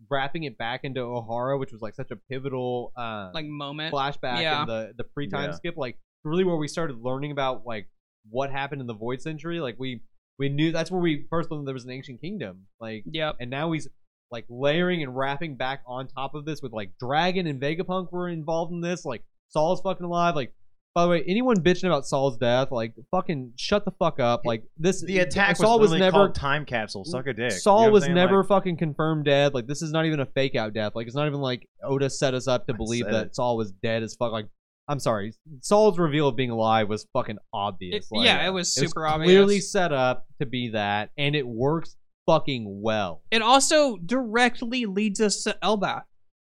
wrapping it back into O'Hara, which was like such a pivotal uh,
Like moment.
flashback
yeah.
and the the pre time
Yeah.
skip, like really where we started learning about like what happened in the Void Century. Like we we knew that's where we first learned there was an ancient kingdom. Like
Yep.
and now he's like layering and wrapping back on top of this with like Dragon and Vegapunk were involved in this. Like Saul's fucking alive. Like by the way, anyone bitching about Saul's death, like fucking shut the fuck up. Like this
The attack
Saul was,
was, literally
never
called time capsule. Suck a dick.
Saul
You know what I'm
was
saying?
never
Like,
fucking confirmed dead. Like this is not even a fake out death. Like it's not even like Oda set us up to
I
believe
said
that Saul was dead as fuck. Like I'm sorry, Saul's reveal of being alive was fucking obvious.
It-
Like,
yeah, it was
it was
super obvious.
clearly set up to be that, and it works fucking well.
It also directly leads us to Elbath.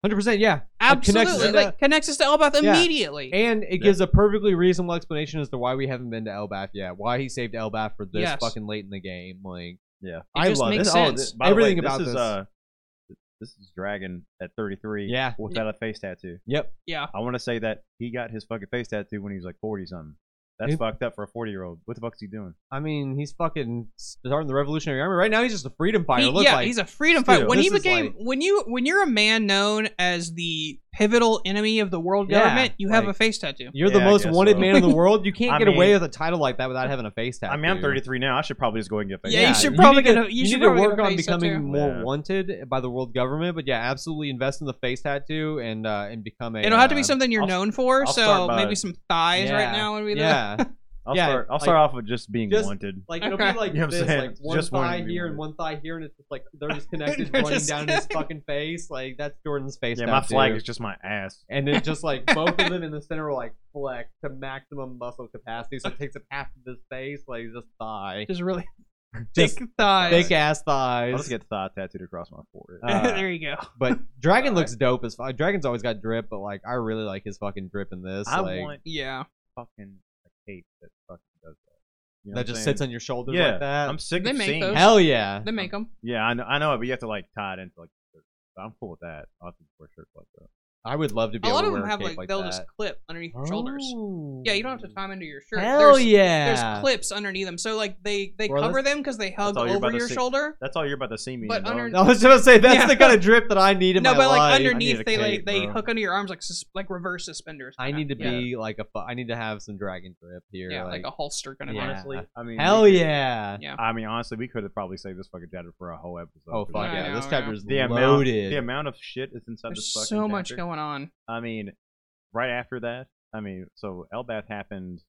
Hundred percent, yeah.
Absolutely.
connects us to-
like connects us to Elbath
Yeah.
immediately.
And it gives a perfectly reasonable explanation as to why we haven't been to Elbath yet. Why he saved Elbath for this
Yes.
fucking late in the game. Like
Yeah,
I just love makes
this-
sense.
Oh, this, by the way,
Everything about
this. Is,
this.
uh, th- this is Dragon at 33.
Yeah.
without a face tattoo.
Yep.
yeah.
I want to say that he got his fucking face tattoo when he was like 40 something. That's
Yep.
fucked up for a 40 year old. What the fuck's he doing?
I mean, he's fucking starting the Revolutionary Army right now. He's just a freedom fighter.
He-
Look
yeah,
like
he's a freedom
Still,
fighter. When he
this is
became
like-
when you when you're a man known as the pivotal enemy of the world
Yeah,
government, you have
like-
a face tattoo.
You're the
Yeah, I
most
guess
wanted
so.
man in the world. You can't
I
get
mean-
away with a title like that without having a face tattoo.
I mean, I'm 33 now. I should probably just go and get a face
Yeah, you
tattoo.
should probably
need to-
get a- you should
need to
probably get
work
a
on
face
becoming
tattoo.
more
Yeah.
wanted by the world government. But yeah, absolutely invest in the face tattoo and uh, and become a.
It'll have to be
uh,
something you're
I'll-
known for,
I'll
so
start by-
maybe some thighs
yeah,
right now would be there.
yeah.
I'll
Yeah,
start, I'll
like-
start off with just being
Just-
wanted.
Like it'll
Okay.
be like
You know what I'm
this,
saying?
like one
Just wanted
thigh
to be
here and one
wanted.
thigh here, and it's just like they're just connected,
They're
running
just
down his fucking face. Like that's Jordan's face.
Yeah, my
tattoo.
flag is just my ass.
and then just like both of them in the center will like flex to maximum muscle capacity, so it takes up half of his face, like he's just thigh,
Just really
Just
thick thighs.
thick ass thighs.
I'll just get thigh tattooed across my forehead.
uh,
there you go.
But Dragon looks dope as fuck. Dragon's always got drip, but like I really like his fucking drip in this.
I
like,
want
Yeah.
fucking a cape that fucking does that. You know
that
what
just
I'm
sits
saying?
on your shoulders
Yeah,
like that.
I'm sick
They
of
make
seeing.
those.
Hell yeah.
They make them.
Yeah, I know, I know it, but you have to like tie it into like. the- I'm cool with that. I'll have to wear shirts like that.
I would love to be
A
able
lot
to
of
wear
them have
cape
like,
like
they'll
that. Oh.
just clip underneath your shoulders. Yeah, you don't have to tie them into your shirt.
Hell
there's,
yeah.
There's clips underneath them, so like they they
Bro,
cover
that's-
them because they hug
all you're about
over
to
your
see.
shoulder.
That's all you're about to see me.
But
in, dog.
under-
I was just gonna say that's
Yeah.
the kind of drip that I need in
No,
my
but like
life.
I need
underneath
a
they like
cape,
they
bro.
hook under your arms like sus- like reverse suspenders.
I
kinda.
need to
Yeah.
be like a. fu- I need to have some dragon drip here.
yeah, like,
like,
a holster kind of.
Yeah.
Yeah.
honestly, I mean,
hell
we could-
yeah.
Yeah.
I mean, honestly, we could have probably saved this fucking chapter for a whole episode.
Oh fuck
I
yeah,
know,
this
I
chapter
know.
is
The amount,
loaded.
the amount of shit that's inside
There's
this fucking
so much
chapter.
going on.
I mean, right after that, I mean, so Elbath happened.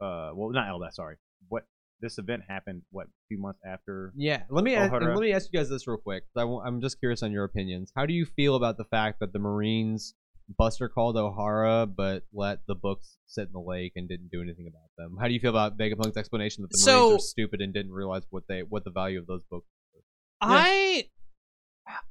Uh, well, not Elbath. Sorry, what this event happened? What a few months after?
Yeah, let me ask,
O'Hara.
let me ask you guys this real quick. 'cause I want- I'm just curious on your opinions. How do you feel about the fact that the Marines Buster called O'Hara, but let the books sit in the lake and didn't do anything about them? How do you feel about Vegapunk's explanation that the Marines
So-
were stupid and didn't realize what they what the value of those books?
I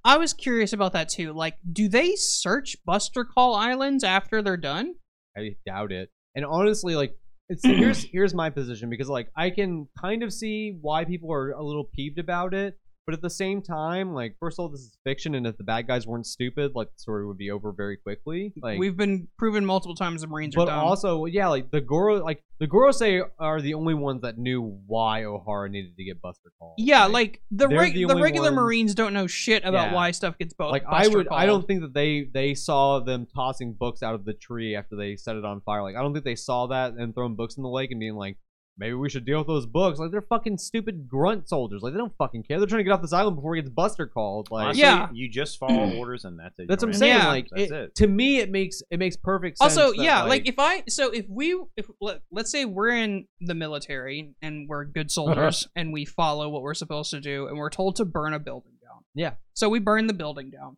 I was curious about that too. Like, do they search Buster Call Islands after they're done?
I doubt it. And honestly, like it's here's here's my position because like I can kind of see why people are a little peeved about it, but at the same time, like first of all, this is fiction, and if the bad guys weren't stupid, like the story would be over very quickly. Like
We've been proven multiple times the Marines
but
are dumb.
also yeah, like the Goro, like the Gorosei are the only ones that knew why O'Hara needed to get Buster Call.
yeah, like the
they're
reg-
the
the,
only
regular
ones-
Marines don't know shit about
Yeah.
why stuff gets bo-
like I
uh, Buster
would, I
Called.
don't think that they they saw them tossing books out of the tree after they set it on fire. Like I don't think they saw that and throwing books in the lake and being like, maybe we should deal with those books. Like they're fucking stupid grunt soldiers. Like they don't fucking care. They're trying to get off this island before it gets Buster called. Like
Honestly,
Yeah.
you just follow orders and that's it.
that's what I'm
You're
saying.
in.
Yeah.
Like
that's
it-
it.
to me, it makes it makes perfect sense.
also
that,
yeah like, if i so if we if let, let's say we're in the military and we're good soldiers and we follow what we're supposed to do and we're told to burn a building down
Yeah.
so we burn the building down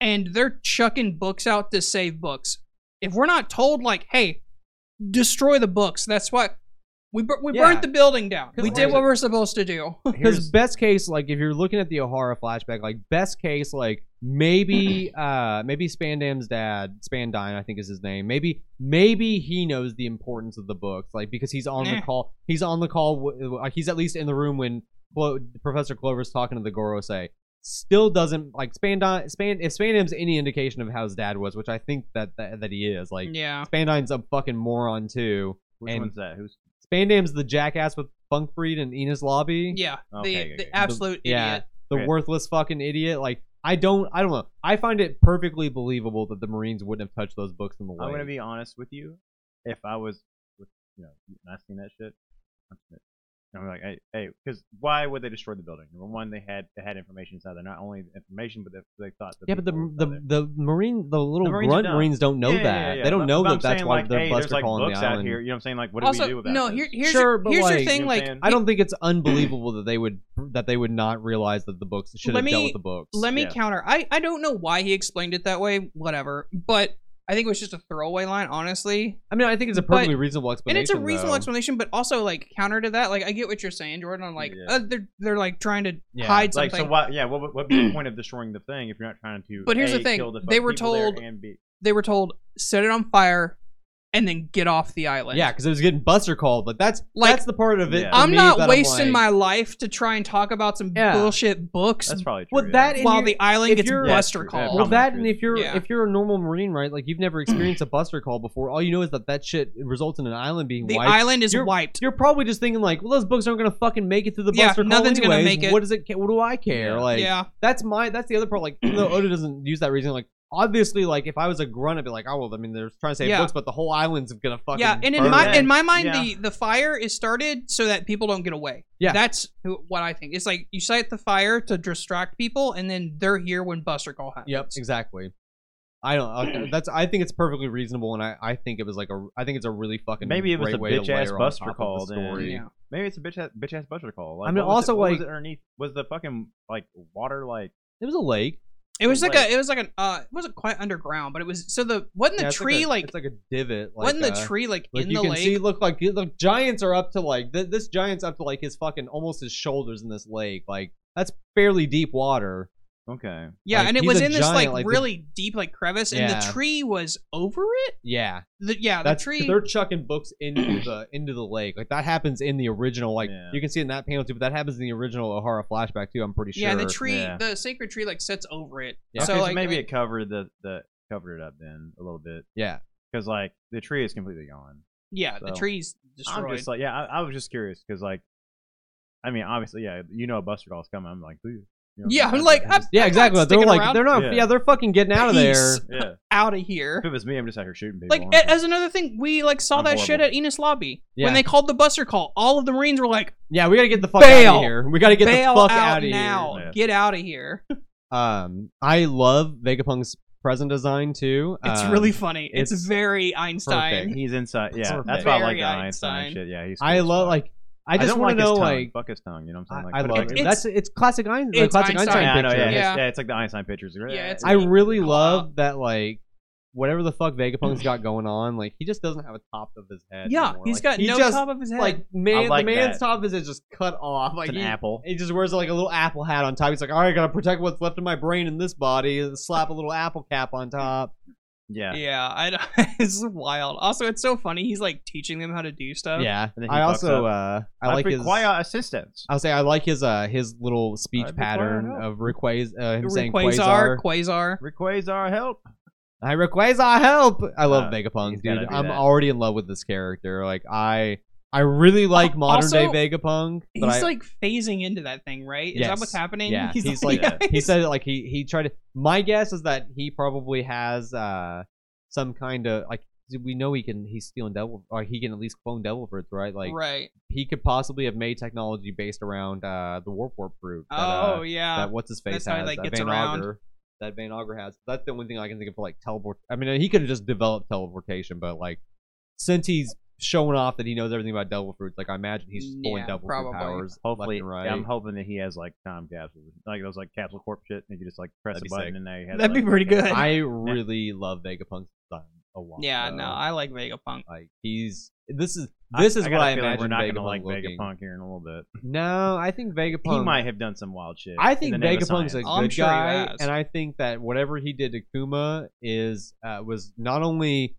and they're chucking books out to save books if we're not told like hey destroy the books that's what we, bur- we
Yeah.
burnt the building down we
Because
did what
here's-
we're supposed to do
because
Here's-
best case, like if you're looking at the O'Hara flashback, like best case, like maybe uh maybe Spandam's dad, Spandine, I think is his name. Maybe maybe he knows the importance of the books, like because he's on the
Nah.
call. He's on the call. w- Like he's at least in the room when Clo- Professor Clover's talking to the Gorosei. Still doesn't like Spandine. Span if Spandam's any indication of how his dad was, which I think that that, that he is. Like
yeah.
Spandine's a fucking moron too.
Which
And-
one's that? Who's
Spandam's the jackass with Funkfried and Enos Lobby.
Yeah.
Okay, okay,
the, the
okay.
absolute
yeah,
idiot.
the
Right.
worthless fucking idiot. Like I don't, I don't know. I find it perfectly believable that the Marines wouldn't have touched those books in the way.
I'm gonna be honest with you. If I was, with, you know, and I seen that shit, I'm just- I'm like, hey, hey, because why would they destroy the building? Number one, they had they had information inside there, not only the information, but they, they thought. The
yeah, but the
people inside
the
there-
the Marine, the little
The Marines are
grunt
dumb.
Marines don't know
Yeah, yeah,
that.
yeah, yeah.
They don't
But-
know
but
that
I'm
that's
saying,
why
like,
they're
hey, there's
buster
like
calling the
books out
island.
here. You know what I'm saying? Like, what
also,
do we do about
no.
this?
Here, here's
Sure,
your,
but,
here's
like-
your
You
thing.
know what I'm
Like,
saying?
I don't think it's unbelievable that they would that they would not realize that the books should have
Let
dealt
me-
with the books.
Let me
Yeah.
counter. I, I don't know why he explained it that way. Whatever. But I think it was just a throwaway line, honestly.
I mean, I think it's a
But-
perfectly reasonable explanation.
And it's a reasonable
though.
explanation, but also like counter to that, like I get what you're saying, Jordan. On like
Yeah.
uh, they're they're like trying to
Yeah,
hide
like,
something.
so why? Yeah, what would be the point of destroying the thing if you're not trying to?
But here's
A,
the thing,
kill the
they
fuck
were
people there,
told-
and B,
They were told set it on fire, and then get off the island.
Yeah, because it was getting buster called, but that's
Like,
that's the part of it.
Yeah.
for
I'm
me that
not
I'm
wasting
like-
my life to try and talk about some
Yeah.
bullshit books
that's probably true.
Well,
yeah.
that and
while
you-
the island
if
gets
you're-
buster
Yeah,
called.
Well,
Probably
that
true.
and if you're
Yeah.
if you're a normal marine, right? Like you've never experienced a buster call before. All you know is that that shit results in an island being
the
wiped.
island is
You're-
wiped.
you're probably just thinking like, well, those books aren't gonna fucking make it through the
Yeah,
buster call
nothing's gonna
anyways.
make it.
What does it? ca- What do I care?
Yeah.
Like
yeah,
that's my that's the other part. Like even though Oda doesn't use that reason, like obviously, like if I was a grunt, I'd be like, oh well, I mean, they're trying to save
Yeah.
books, but the whole island's gonna fucking
yeah. And in
burn.
my
Yeah.
in my mind,
Yeah.
the the fire is started so that people don't get away.
Yeah.
that's who, what I think. It's like you set the fire to distract people, and then they're here when buster call happens.
Yep, exactly. I don't. Okay, that's. I think it's perfectly reasonable, and I, I think it was like a. I think it's a really fucking.
Maybe it was
great
a
way to
bitch ass
layer on
buster
top of the
call, then.
Story.
Yeah.
Maybe it's a bitch ass, bitch ass buster call. Like,
I mean,
what was
also,
it, what
like-
was it underneath was the fucking like water like
It was a lake.
It was like
Like-
a it was like an uh it wasn't quite underground, but it was so the wasn't the
Yeah, it's
tree like,
it's like a divot. Like,
wasn't the
uh,
tree like
like
in
you
the
can
lake?
see, look like the giants are up to like th- this giant's up to like his fucking almost his shoulders in this lake. Like that's fairly deep water.
okay.
yeah,
like,
and it
he's
was
a
in this
giant,
like,
like, the-
really deep like crevice, and
Yeah.
the tree was over it.
Yeah,
The, yeah,
that's
the tree.
they're chucking books into the into the lake. Like that happens in the original. Like
Yeah.
you can see in that panel too, but that happens in the original Ohara flashback too. I'm pretty sure.
Yeah, the tree,
yeah.
the sacred tree, like sets over it.
Yeah.
So
okay,
like uh,
so maybe
I mean,
it covered the, the covered it up then a little bit
Yeah,
because like the tree is completely gone.
yeah, the
so.
tree's destroyed.
I'm just like yeah, I, I was just curious because like, I mean obviously yeah, you know a buster call's coming. I'm like, "Ooh," you know,
yeah,
sometimes
I'm like
I'm
I'm,
just-
yeah, exactly. They're like they're not. Yeah.
Yeah.
they're fucking getting out of there.
Peace.
yeah.
out of
If
here.
it was me, I'm just out here shooting people.
Like
aren't
a-
I?
as another thing, we like saw
I'm
that
horrible.
shit at Enos Lobby
Yeah.
when they called the buster call. All of the Marines were like,
Yeah, we gotta get the fuck out
Bail.
of here. We gotta get
"Bail
the fuck
out,
of
now!
Yeah.
Get out of here!"
here. Um, I love Vegapunk's present design too.
It's
Um,
really funny. It's,
it's
very Einstein.
perfect.
he's inside. Yeah,
Perfect.
that's why I like
Very
the Einstein,
Einstein.
shit. Yeah, he's.
I
cool as
love
fuck.
like. I just
don't
want
like
to
his
know
tongue.
like.
fuck his tongue. You know what I'm saying? Like,
I, I
put it
love
back
it.
in.
It's-
That's it's classic Einstein.
it's
classic
Einstein.
Einstein,
yeah, I know,
picture.
yeah,
Yeah.
It's, yeah, it's like the Einstein pictures.
Yeah, it's
I
It's
really
call
love that like whatever the fuck Vegapunk's got going on. Like he just doesn't have a top of his head.
yeah,
anymore.
he's
Like,
got
he
no
just,
top of his head.
Like man,
like
the man's
that.
top is just cut off. Like
It's an
he,
apple.
He just wears like a little apple hat on top. He's like, all right, gotta protect what's left of my brain in this body. and Slap a little apple cap on top.
Yeah.
yeah, I don't- it's wild. Also, it's so funny. He's like teaching them how to do stuff.
Yeah.
And then he
I
fucks
also
up.
uh, I like his.
require assistance.
I'll say I like his uh his little speech
I'd require
pattern
help.
of Requays uh, him saying
Quasar, Quasar.
Requires our help.
I request our help. I love
Uh,
Vegapunk,
he's
dude.
gotta do
I'm
that.
already in love with this character. Like I, I really like
Al-
modern day
also,
Vegapunk. But
He's
I,
like phasing into that thing, right? Is that what's
Yes.
happening?
yeah, he's, like,
like-
he said it like he he tried to. My guess is that he probably has uh some kind of like we know he can he's stealing devil or he can at least clone devil fruits, right? Like
right.
he could possibly have made technology based around uh the warp warp fruit. That, uh,
oh yeah.
that what's his face
that's how
has
he, like,
that
gets
Van
around.
Auger that Van Auger has. That's the only thing I can think of for like teleport. I mean, he could have just developed teleportation, but like since he's showing off that he knows everything about devil fruits, like I imagine he's just pulling
Yeah,
devil
probably.
fruit powers
Hopefully,
left and right.
yeah, I'm hoping that he has like time capsules, like those like capsule corp shit, and you just like press
That'd be
a button
sick.
and they have.
That'd be
like,
pretty
fucking-
good.
I really love Vegapunk's design a lot.
yeah,
though.
no, I like Vegapunk.
like he's this is This is
I
what
gotta
I
feel
imagine
like We're not
Vegapunk
gonna like
looking.
Vegapunk here in a little bit.
No, I think Vegapunk.
He might have done some wild shit.
I
in
think
the name of
Vegapunk's a
science.
good
I'm sure he
guy,
has.
and I think that whatever he did to Kuma is uh, was not only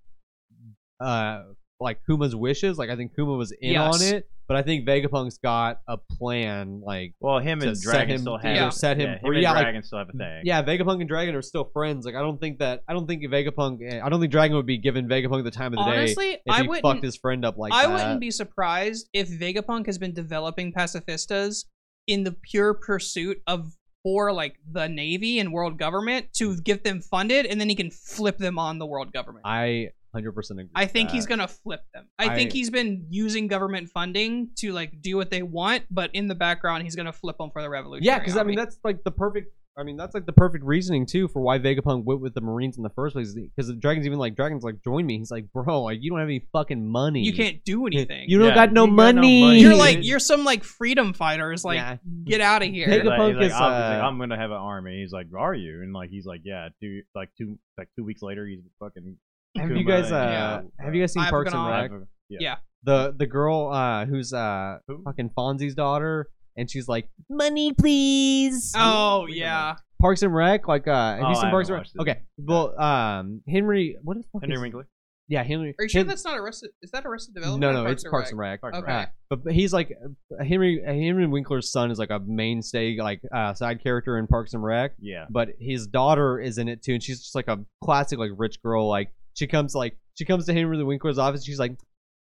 uh, like Kuma's wishes. Like I think Kuma was in
Yes.
on it, but I think Vegapunk's got a plan. Like
Well, him
to
and
set
Dragon
him,
still
to
have
Yeah.
set him
yeah, him
free.
and
Yeah, like,
Dragon still have a thing.
yeah, Vegapunk and Dragon are still friends. Like I don't think that I don't think Vegapunk. eh, I don't think Dragon would be giving Vegapunk the time of the day
Honestly,
if
I
he fucked
wouldn't.
his friend up like
I
that.
wouldn't be surprised if Vegapunk has been developing pacifistas in the pure pursuit of for like the Navy and world government to get them funded, and then he can flip them on the world government. I,
I hundred percent agree. with
think
that.
he's gonna flip them. I, think
I-
he's been using government funding to like do what they want, but in the background, he's gonna flip them for the revolution.
Yeah, because I mean that's like the perfect. I mean that's like the perfect reasoning too for why Vegapunk went with the Marines in the first place. Because the Dragon's even like Dragon's like join me. He's like, bro, like you don't have any fucking money.
you can't do anything.
You don't
Yeah,
got no
you got no
money.
money.
You're like you're some like freedom fighters. Like
Yeah.
get out of here.
He's like,
Vegapunk
he's like,
is,
I'm, he's like,
uh,
I'm gonna have an army. He's like, are you? And like, he's like, yeah. Two, like two, like two weeks later, he's fucking.
Have you
Kuma
guys?
and,
Uh,
uh,
Have you guys seen
I've
Parks and
gone-
Rec?
I've-
The the girl uh, who's uh,
Who?
fucking Fonzie's daughter, and she's like, money please.
oh yeah,
Parks and Rec, like uh, have
Oh,
you
I
seen Parks and
haven't
Rec?
watched it.
Okay, well, um, Henry, what the fuck?
Henry
is-
Winkler.
Yeah, Henry.
are you sure
Hen-
that's not arrested? Is that arrested development?
No,
or
no, it's
and
Parks
Rec?
and Rec.
Parks and
Okay.
Rec.
But but he's like uh, Henry Henry Winkler's son is like a mainstay like uh, side character in Parks and Rec.
Yeah.
But his daughter is in it too, and she's just like a classic like rich girl. Like she comes like she comes to Henry Winkler's office. She's like,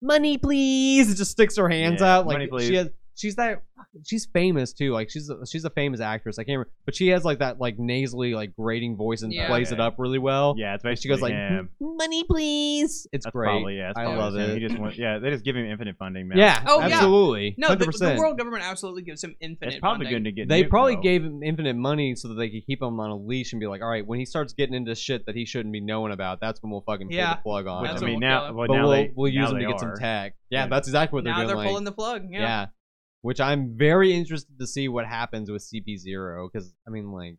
money please. and just sticks her hands
Yeah,
out. Like
money, please.
she has she's that she's famous too. Like she's a, she's a famous actress. I can't remember, but she has like that like nasally like grating voice and
Yeah.
plays it up really well.
Yeah, it's
And
basically
she goes like,
him.
money please. It's
That's
great.
probably yeah. That's
I
probably
love
him.
it.
He just went, yeah, they just give him infinite funding now.
Yeah,
Oh, yeah.
absolutely.
No, the,
100%.
the world government absolutely gives him infinite.
it's probably
funding.
good to get.
They
nuked,
probably
though.
gave him infinite money so that they could keep him on a leash and be like, all right, when he starts getting into shit that he shouldn't be knowing about, that's when we'll fucking
Yeah.
pull the plug on
Which,
him.
That's
I
what
mean,
we'll
now,
go.
well,
but
now
we'll,
they,
we'll
now
use him
they
to get some
are.
tech. Yeah,
Yeah.
that's exactly what they're
now
doing.
they're
like,
pulling the plug. Yeah.
yeah. Which I'm very interested to see what happens with CP0 because, I mean, like,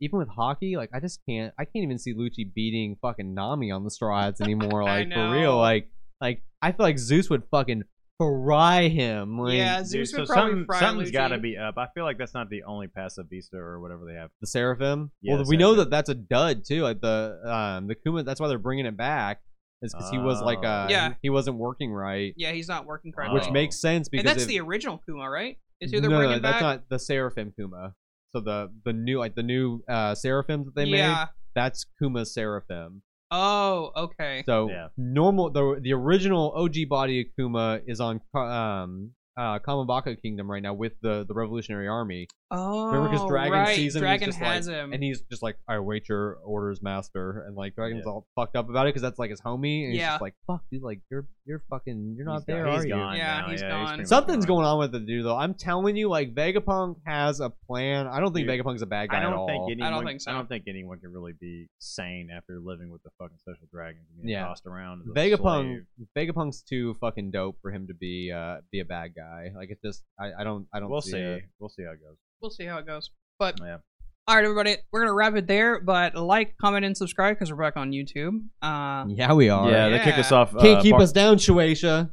even with hockey, like, I just can't, I can't even see Lucci beating fucking Nami on the Straw Hats anymore.
I
Like, for real.
know.
Like, like, I feel like Zeus would fucking fry him. Like,
yeah,
Dude,
Zeus
so
would probably
something,
fry
something's
Luffy.
got to be up. I feel like that's not the only Pasa Vista or whatever they have.
the seraphim.
Yeah,
well,
the
we know that
Seraphim.
that's a dud too. Like the um the Kuma, that's why they're bringing it back is because he was like
Oh.
uh
Yeah.
he wasn't working right,
Yeah, he's not working correctly.
which
Oh.
makes sense because
and that's
if-
the original Kuma, right? Is who they're
no, no,
bringing
that's
back.
not the seraphim Kuma. So the the new like the new uh seraphim that they
yeah.
made that's Kuma's seraphim.
Oh, okay.
So
Yeah.
normal the the original OG body of Kuma is on Ka- um uh Kamabaka Kingdom right now with the the Revolutionary Army.
oh,
Remember 'cause Dragon
right.
sees him, he's
Dragon
just like-
has
Um,
him.
and he's just like, "I wait your orders, master," and like Dragon's
Yeah.
all fucked up about it because that's like his homie, and he's
Yeah.
just like, "Fuck, dude, like you're you're fucking you're not
He's
there,
gone. He's
are
gone
you?"
Yeah,
now.
he's
yeah,
gone.
pretty much
Something's
gone.
going on with the dude though. I'm telling you, like Vegapunk has a plan. I don't think
Dude,
Vegapunk's a bad guy
I
at
don't
all.
think anyone.
think so.
I don't think anyone can really be sane after living with the fucking social dragons and getting
Yeah.
tossed around. As a
Vegapunk,
slave.
Vegapunk's too fucking dope for him to be uh be a bad guy. Like it's just I, I don't I don't
We'll
see.
see.
it.
We'll see how it goes.
we'll see how it goes. But
Yeah.
all right, everybody, we're gonna wrap it there. But like, comment, and subscribe because we're back on YouTube. Uh,
Yeah, we are.
Yeah,
they
they uh,
Yeah.
kicked
kicked us
us off.
Can't keep us down, Shueisha.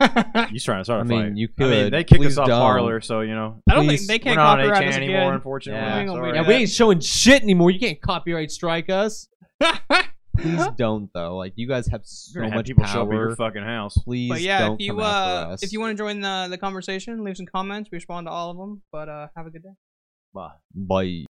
You trying to start
I
a
mean,
fight?
you
I mean,
could.
they kicked
Please
us off
don't.
parlor, so you know.
I don't
Please,
think they
we're
can't
not on
copyright us
HN
again.
anymore, unfortunately.
Yeah.
I'm
Hang on,
sorry.
wait.
Yeah, we ain't showing shit anymore. You can't copyright strike us. Please don't though. Like you guys have
You're
so
gonna have
much
people show up at
power.
your fucking house.
Please
but yeah,
don't
if you
come after
uh,
us.
if you want to join the the conversation, leave some comments. We respond to all of them. But uh, have a good day.
Bye.
Bye.